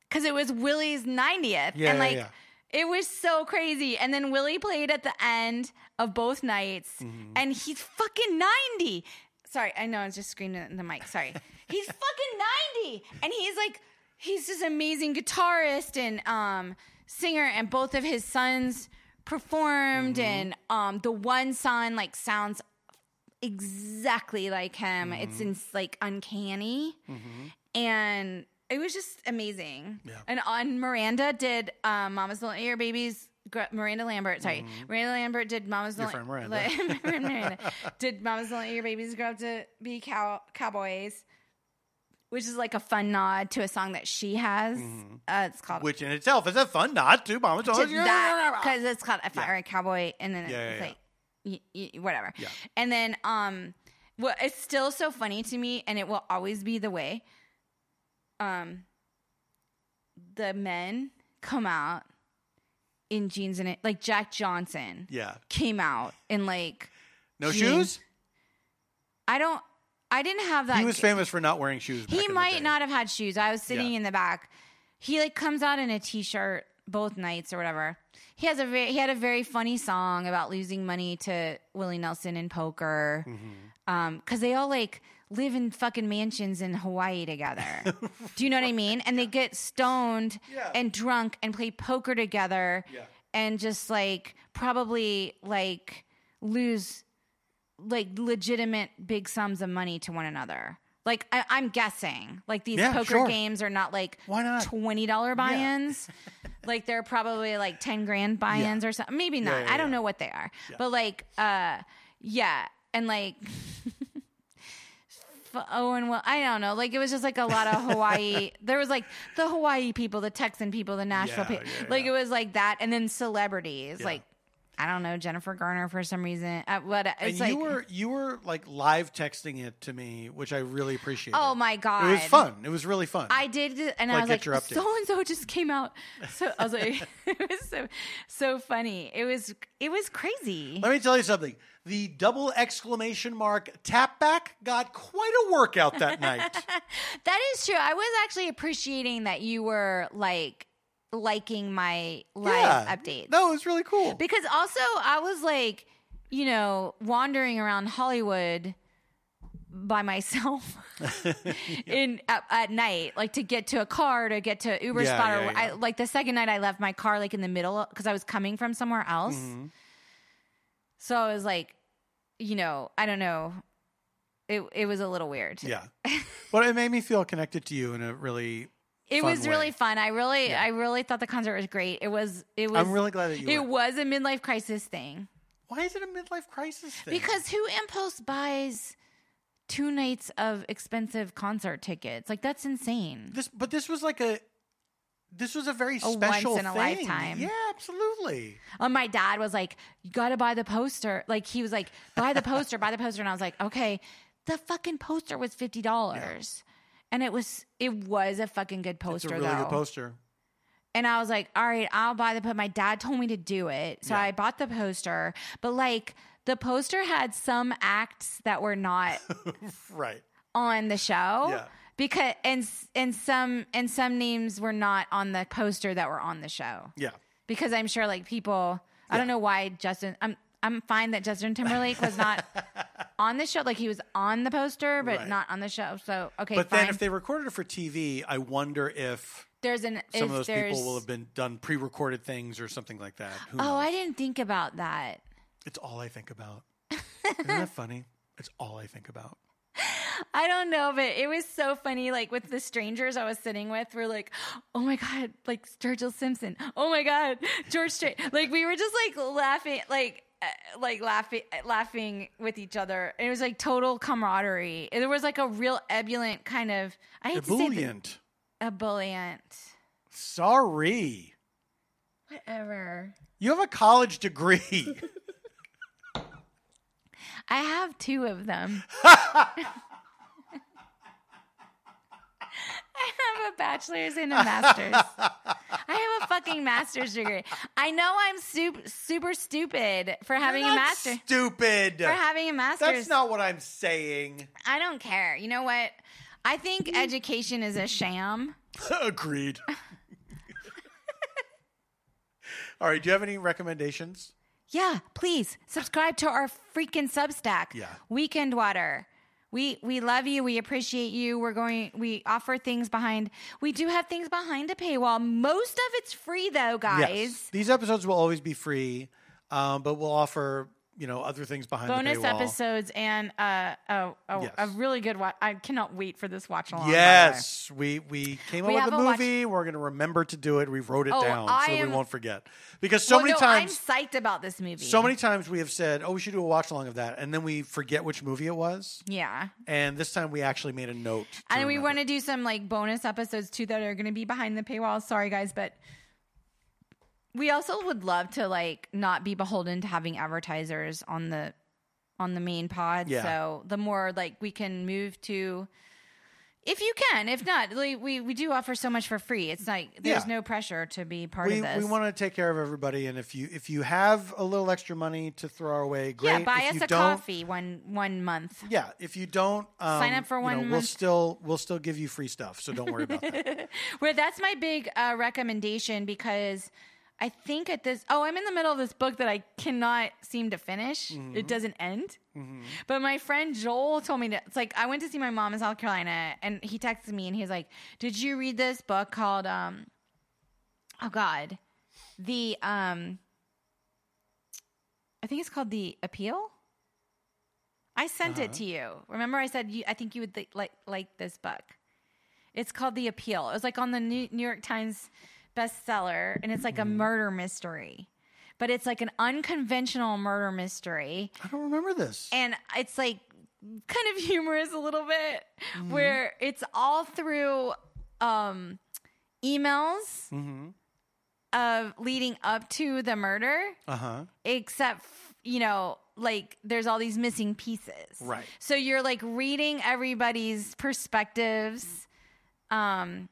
A: because it was Willie's ninetieth,
B: Yeah,
A: and
B: yeah,
A: like
B: yeah.
A: it was so crazy. And then Willie played at the end of both nights,
B: Mm-hmm.
A: and he's fucking ninety. Sorry, I know I was just screaming at the mic. Sorry, he's fucking ninety, and he's like he's this amazing guitarist and um singer, and both of his sons performed,
B: Mm-hmm.
A: and um the one son like sounds exactly like him. It's
B: Mm-hmm.
A: in, like uncanny, and it was just amazing.
B: Yeah.
A: And on Miranda did um, Mama's Little Air Babies. Gr- Miranda Lambert, sorry, Miranda Lambert did Mama's
B: Mm-hmm.
A: Little
B: Your friend Miranda.
A: Li- Miranda did Mama's Little Air Babies grow up to be cow- cowboys, which is like a fun nod to a song that she has.
B: Mm-hmm.
A: Uh, it's called
B: Which in itself is a fun nod to Mama
A: to
B: George.
A: that because it's called a fire cowboy and then
B: Yeah,
A: it's
B: yeah,
A: like Y- y- whatever
B: Yeah.
A: and then um well it's still so funny to me and it will always be the way um the men come out in jeans and it like jack johnson
B: Yeah.
A: came out in like
B: No
A: Jeans.
B: shoes?
A: i don't i didn't have that
B: He was
A: g-
B: famous for not wearing shoes. back
A: he
B: in the day.
A: might not have had shoes. I was sitting
B: Yeah.
A: in the back. He like comes out in a t-shirt both nights or whatever. He has a very, he had a very funny song about losing money to Willie Nelson in poker.
B: Mm-hmm.
A: Um, cuz they all like live in fucking mansions in Hawaii together. Do you know what I mean? And they get stoned
B: Yeah.
A: and drunk and play poker together
B: Yeah.
A: and just like probably like lose like legitimate big sums of money to one another. Like I, I'm guessing, like these
B: Yeah,
A: poker
B: sure.
A: games are not like
B: Why not?
A: twenty dollar buy-ins. like they're probably like ten grand buy-ins or something. Maybe not.
B: yeah,
A: I don't
B: yeah.
A: know what they are, but like, uh, yeah, and like Owen Will. I don't know. Like it was just like a lot of Hawaii. there was like the Hawaii people, the Texan people, the Nashville
B: Yeah,
A: people.
B: yeah,
A: like
B: yeah.
A: it was like that, and then celebrities.
B: Yeah.
A: Like I don't know Jennifer Garner for some reason. Uh, what it's
B: and
A: like?
B: you were you were like live texting it to me, which I really appreciate.
A: oh my god!
B: It was fun. It was really fun.
A: I did, and I
B: Like,
A: was
B: get
A: like,
B: your updates.
A: "So and so just came out." So I was like, "It was so so funny." It was it was crazy.
B: Let me tell you something. The double exclamation mark tap back got quite a workout that night.
A: That is true. I was actually appreciating that you were like liking my live
B: yeah.
A: updates.
B: No, it was really cool.
A: Because also I was like, you know, wandering around Hollywood by myself in at, at night, like to get to a car, to get to Uber
B: Yeah,
A: spot, or
B: yeah, yeah.
A: I, like the second night I left my car like in the middle because I was coming from somewhere else.
B: Mm-hmm.
A: So I was like, you know, I don't know. It it was a little weird.
B: yeah. But it made me feel connected to you in a really
A: It
B: fun
A: was
B: way.
A: really fun. I really, I really thought the concert was great. It was, it was.
B: I'm really glad that you
A: It
B: went.
A: was a midlife crisis thing
B: Why is it a midlife crisis thing?
A: because who impulse buys two nights of expensive concert tickets? Like that's insane.
B: this but this was like a this was a very
A: once
B: special
A: in a
B: thing.
A: lifetime.
B: Yeah, absolutely.
A: And Uh, my dad was like, "You gotta buy the poster." Like he was like, "Buy the poster, buy the poster," and I was like, "Okay." The fucking poster was fifty dollars, and it was it was a fucking good
B: It's a
A: poster
B: really
A: though.
B: good poster.
A: And I was like, all right, I'll buy the poster. My dad told me to do it. So
B: Yeah.
A: I bought the poster. But like the poster had some acts that were not
B: Right.
A: on the show.
B: Yeah.
A: Because and s- and some and some names were not on the poster that were on the show.
B: Yeah.
A: Because I'm sure like people I don't
B: Yeah.
A: know why Justin I'm I'm fine that Justin Timberlake was not on the show. Like he was on the poster, but
B: Right.
A: not on the show. So okay,
B: But
A: fine.
B: then if they recorded it for TV, I wonder if
A: there's an if
B: some of those
A: there's,
B: people will have been done pre-recorded things or something like that. Who
A: Oh,
B: knows?
A: I didn't think about that.
B: It's all I think about. Isn't that funny? It's all I think about.
A: I don't know, but it was so funny. Like with the strangers I was sitting with, we're like, "Oh my god!" Like Sturgill Simpson. Oh my god, George Strait. Like we were just like laughing, like uh, like laughing, laughing with each other. And it was like total camaraderie. And there was like a real ebullient kind of. I hate to say
B: Ebullient.
A: the, ebullient.
B: Sorry.
A: Whatever.
B: You have a college degree.
A: I have two of them. I have a bachelor's and a master's. I have a fucking master's degree. I know I'm super, super stupid for having
B: You're
A: a
B: not
A: master.
B: Stupid.
A: For having a master's.
B: That's not what I'm saying.
A: I don't care. You know what? I think education is a sham.
B: Agreed. All right. Do you have any recommendations?
A: Yeah, please subscribe to our freaking Substack.
B: Yeah.
A: Weekend Water. We we love you. We appreciate you. We're going. We offer things behind. We do have things behind a paywall. Most of it's free though, guys.
B: These episodes will always be free, um, but we'll offer you know other things behind
A: Bonus
B: the paywall.
A: episodes and uh, a, a,
B: Yes.
A: a really good watch. I cannot wait for this watch along. by the way.
B: Yes, we we came up
A: We
B: with
A: have
B: a
A: a watch-
B: movie. We're going to remember to do it. We wrote it
A: Oh,
B: down
A: I
B: so
A: am-
B: we won't forget. Because so
A: Well,
B: many
A: no,
B: times,
A: I'm psyched about this movie.
B: so many times we have said, "Oh, we should do a watch along of that," and then we forget which movie it was.
A: Yeah.
B: And this time we actually made a note. to
A: And we
B: remember.
A: want to do some like bonus episodes too that are going to be behind the paywall. Sorry, guys, but we also would love to like not be beholden to having advertisers on the on the main pod.
B: Yeah.
A: So the more like we can move to, if you can, if not, like, we we do offer so much for free. It's like there's
B: Yeah.
A: no pressure to be part
B: We,
A: of this.
B: we want to take care of everybody, and if you if you have a little extra money to throw our way, great.
A: yeah, buy
B: If
A: us
B: you
A: a
B: don't-
A: coffee one one month.
B: Yeah, if you don't um,
A: Sign up for
B: you
A: one
B: know, we'll
A: month.
B: still we'll still give you free stuff, so don't worry about that.
A: Where that's my big uh, recommendation because I think at this, oh, I'm in the middle of this book that I cannot seem to finish. It doesn't end. But my friend Joel told me to, it's like, I went to see my mom in South Carolina and he texted me and he was like, Did you read this book called, um, oh God, the, um, I think it's called The Appeal? I sent it to you. Remember, I said you, I think you would th- like like this book. It's called The Appeal. It was like on the New, New York Times bestseller, and it's like a murder mystery, but it's like an unconventional murder mystery,
B: I don't remember this.
A: and it's like kind of humorous a little bit where it's all through um emails
B: Mm-hmm.
A: of leading up to the murder
B: Uh huh.
A: except f- you know like there's all these missing pieces
B: Right.
A: so you're like reading everybody's perspectives um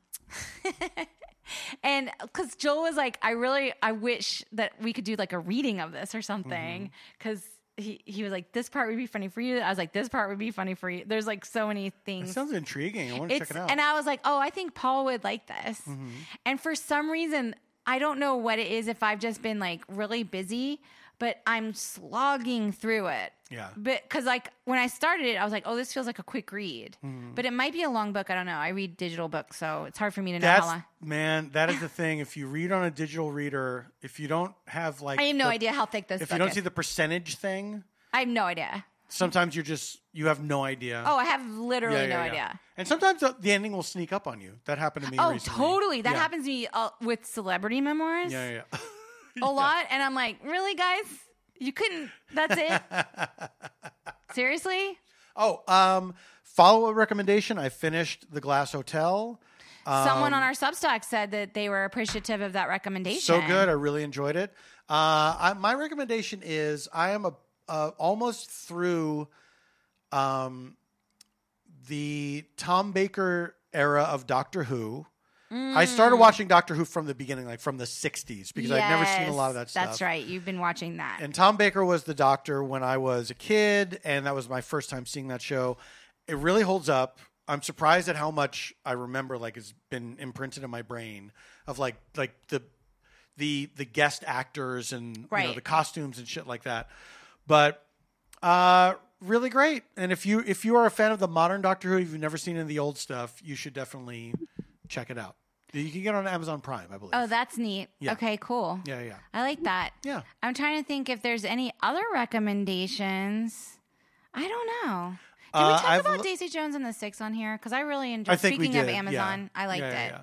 A: and because joel was like i really i wish that we could do like a reading of this or something because he, he was like this part would be funny for you i was like this part would be funny for you there's like so many
B: It
A: things
B: sounds intriguing. I want to
A: it's
B: check it out. Mm-hmm.
A: and I was like, oh, I think Paul would like this. And for some reason, I don't know what it is if I've just been like really busy, but I'm slogging through it.
B: Yeah.
A: But because like when I started it, I was like, oh, this feels like a quick read,
B: Mm-hmm.
A: but it might be a long book. I don't know. I read digital books, so it's hard for me to know
B: That's
A: how long.
B: man. That is the thing. If you read on a digital reader, if you don't have like,
A: I have no
B: the-
A: idea how thick this.
B: If
A: book
B: you don't
A: is.
B: see the percentage thing,
A: I have no idea.
B: sometimes you're just you have no idea.
A: Oh, I have
B: Yeah,
A: literally
B: yeah,
A: no
B: yeah.
A: idea.
B: And sometimes the, the ending will sneak up on you. That happened to me.
A: Oh,
B: recently.
A: totally. That
B: Yeah.
A: happens to me uh, with celebrity memoirs.
B: Yeah, yeah. yeah.
A: a lot and i'm like really guys you couldn't that's it seriously
B: Oh, um, follow up recommendation. I finished The Glass Hotel.
A: someone on our substack said that they were appreciative of that recommendation
B: Um, So good. I really enjoyed it. Uh, I, my recommendation is I am a, uh, almost through um, the Tom Baker era of Doctor Who.
A: Mm,
B: I
A: Hmm.
B: started watching Doctor Who from the beginning, like from the 60s, because I'd never seen a lot of that
A: Yes,
B: stuff.
A: that's right you've been watching that
B: And Tom Baker was the doctor when I was a kid, and that was my first time seeing that show. It really holds up. I'm surprised at how much I remember. Like it's been imprinted in my brain of like like the the the guest actors and you know,
A: Right.
B: the costumes and shit like that. But uh, really great. And if you if you are a fan of the modern Doctor Who, if you've never seen any of the old stuff, you should definitely check it out. You can get it on Amazon Prime, I believe.
A: oh that's neat okay cool
B: yeah, yeah,
A: i like that
B: yeah.
A: i'm trying to think if there's any other recommendations i don't know did
B: Uh,
A: we talk
B: I've
A: about
B: lo-
A: Daisy Jones and the Six on here? Because I really enjoyed.
B: I think
A: Speaking
B: we
A: of
B: did.
A: Amazon,
B: yeah.
A: I liked
B: Yeah, yeah,
A: it.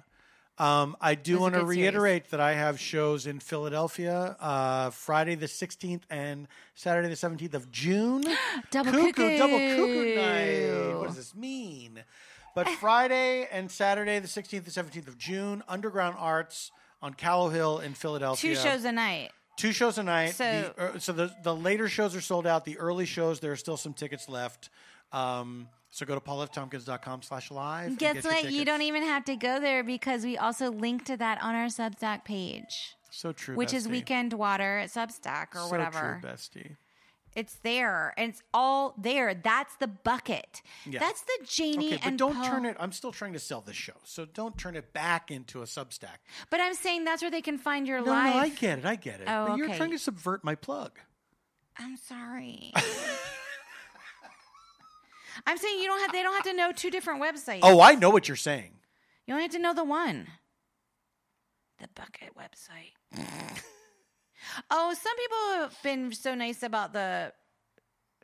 B: yeah. Um, I do
A: was a
B: want to
A: good series.
B: reiterate that I have shows in Philadelphia uh, Friday the 16th and Saturday the 17th of June.
A: Double
B: double cuckoo
A: cuckoo.
B: night. What does this mean? But Friday and Saturday the 16th and 17th of June, Underground Arts on Callow Hill in
A: Two
B: Philadelphia.
A: shows a night.
B: Two shows a night.
A: So-
B: the, er, so the the later shows are sold out. The early shows there are still some tickets left. Um, so go to paulftompkins.com slash live. and
A: Guess
B: get your
A: what? You don't
B: tickets.
A: even have to go there because we also link to that on our Substack page,
B: So true.
A: e-, which is
B: bestie.
A: Weekend Water at Substack or
B: So
A: whatever.
B: true, bestie.
A: It's there and it's all there. That's the bucket.
B: Yeah.
A: That's the Janie
B: Okay, but
A: and
B: don't
A: Paul-
B: turn it. I'm still trying to sell this show, so don't turn it back into a Substack.
A: But I'm saying that's where they can find your
B: No,
A: live.
B: no, I get it. I get it.
A: Oh,
B: but you're
A: okay.
B: trying to subvert my plug.
A: I'm sorry. I'm saying you don't have. They don't have to know two different websites.
B: Oh, I know what you're saying.
A: You only have to know the one. The bucket website. oh, some people have been so nice about the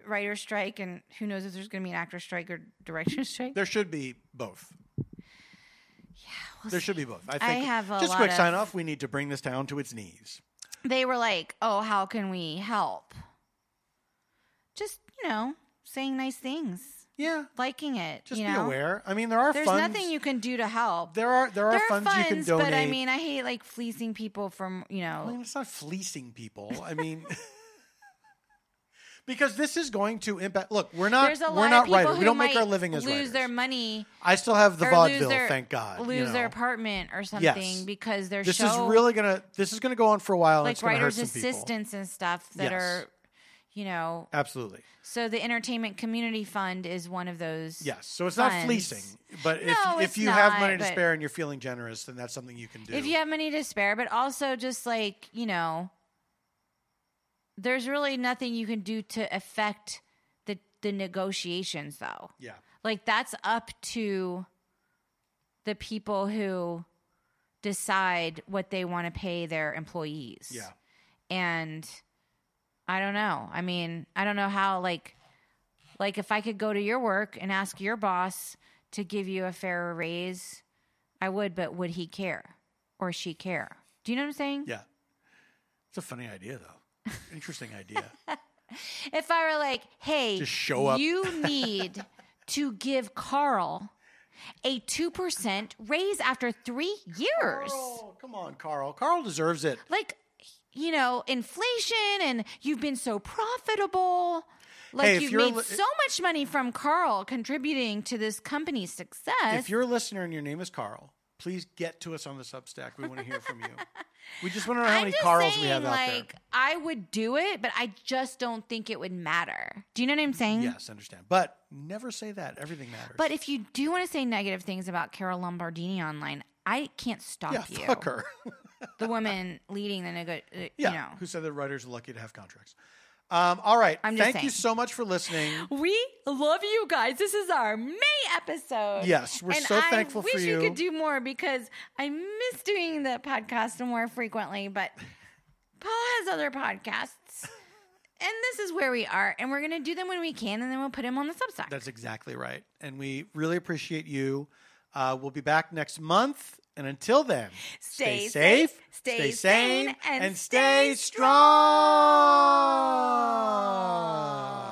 A: writer strike, and who knows if there's going to be an actor strike or director strike.
B: There should be both.
A: we'll
B: there should be both. I think.
A: I have a
B: just
A: lot
B: quick
A: of-
B: sign off. We need to bring this down to its knees.
A: They were like, "Oh, how can we help?" Just you know, saying nice things,
B: Yeah,
A: liking it.
B: just
A: you
B: be
A: know?
B: aware. I mean, there are
A: There's
B: funds.
A: nothing you can do to help.
B: There are there are, funds, you can donate.
A: but I mean, I hate like fleecing people from you know.
B: I mean, it's not fleecing people. I mean, because this is going to impact. Look, we're not
A: There's a
B: we're
A: lot
B: not
A: of people
B: writers.
A: who
B: We don't
A: might
B: make our living as
A: lose
B: writers.
A: their money
B: I still have the
A: or
B: vaudeville,
A: lose their,
B: thank God. you
A: lose their
B: know.
A: apartment or something because their
B: This
A: show
B: is really gonna. This is gonna go on for a while. and
A: like
B: it's gonna hurt
A: writers
B: some people.
A: assistants and stuff that
B: Yes.
A: are you know
B: Absolutely,
A: so the entertainment community fund is one of those
B: yes. So it's not
A: funds.
B: fleecing, but if
A: No,
B: if
A: it's
B: you have
A: not,
B: money to
A: but-
B: spare and you're feeling generous, then that's something you can do.
A: if you have money to spare but also just like you know there's really nothing you can do to affect the the negotiations though
B: yeah,
A: like that's up to the people who decide what they want to pay their employees
B: yeah.
A: and i don't know i mean i don't know how like like if i could go to your work and ask your boss to give you a fair raise i would but would he care or she care do you know what i'm saying
B: Yeah. It's a funny idea, though. Interesting idea.
A: if I were like, hey,
B: Just show up.
A: you need to give Carl a 2% raise after three years.
B: Carl, come on, Carl. Carl deserves it.
A: Like, you know, inflation and you've been so profitable. Like,
B: Hey, if
A: you've
B: you're
A: made
B: li-
A: so much money from Carl contributing to this company's success.
B: If you're a listener and your name is Carl, please get to us on the Substack. We want to hear from you. We just want to know how
A: I'm
B: many
A: just
B: Carls
A: saying,
B: we have out
A: like, I would do it, but I just don't think it would matter. Do you know what I'm saying?
B: there. Yes, understand. But never say that. Everything matters.
A: But if you do want to say negative things about Carol Lombardini online, I can't stop
B: yeah,
A: you.
B: fuck her.
A: The woman leading the neg- uh,
B: yeah,
A: you
B: who said that writers are lucky to have contracts? Um, all right.
A: I'm just
B: Thank you
A: saying.
B: so much for listening.
A: know. We love you guys. This is our May episode.
B: Yes, we're
A: and
B: so
A: I
B: thankful for
A: wish you
B: you.
A: could do more because I miss doing the podcast more frequently, but Paul has other podcasts. And this is where we are, and we're gonna do them when we can, and then we'll put them on the Substack.
B: That's exactly right. And we really appreciate you. Uh, we'll be back next month. And until then,
A: Stay safe, stay sane, and stay
B: strong.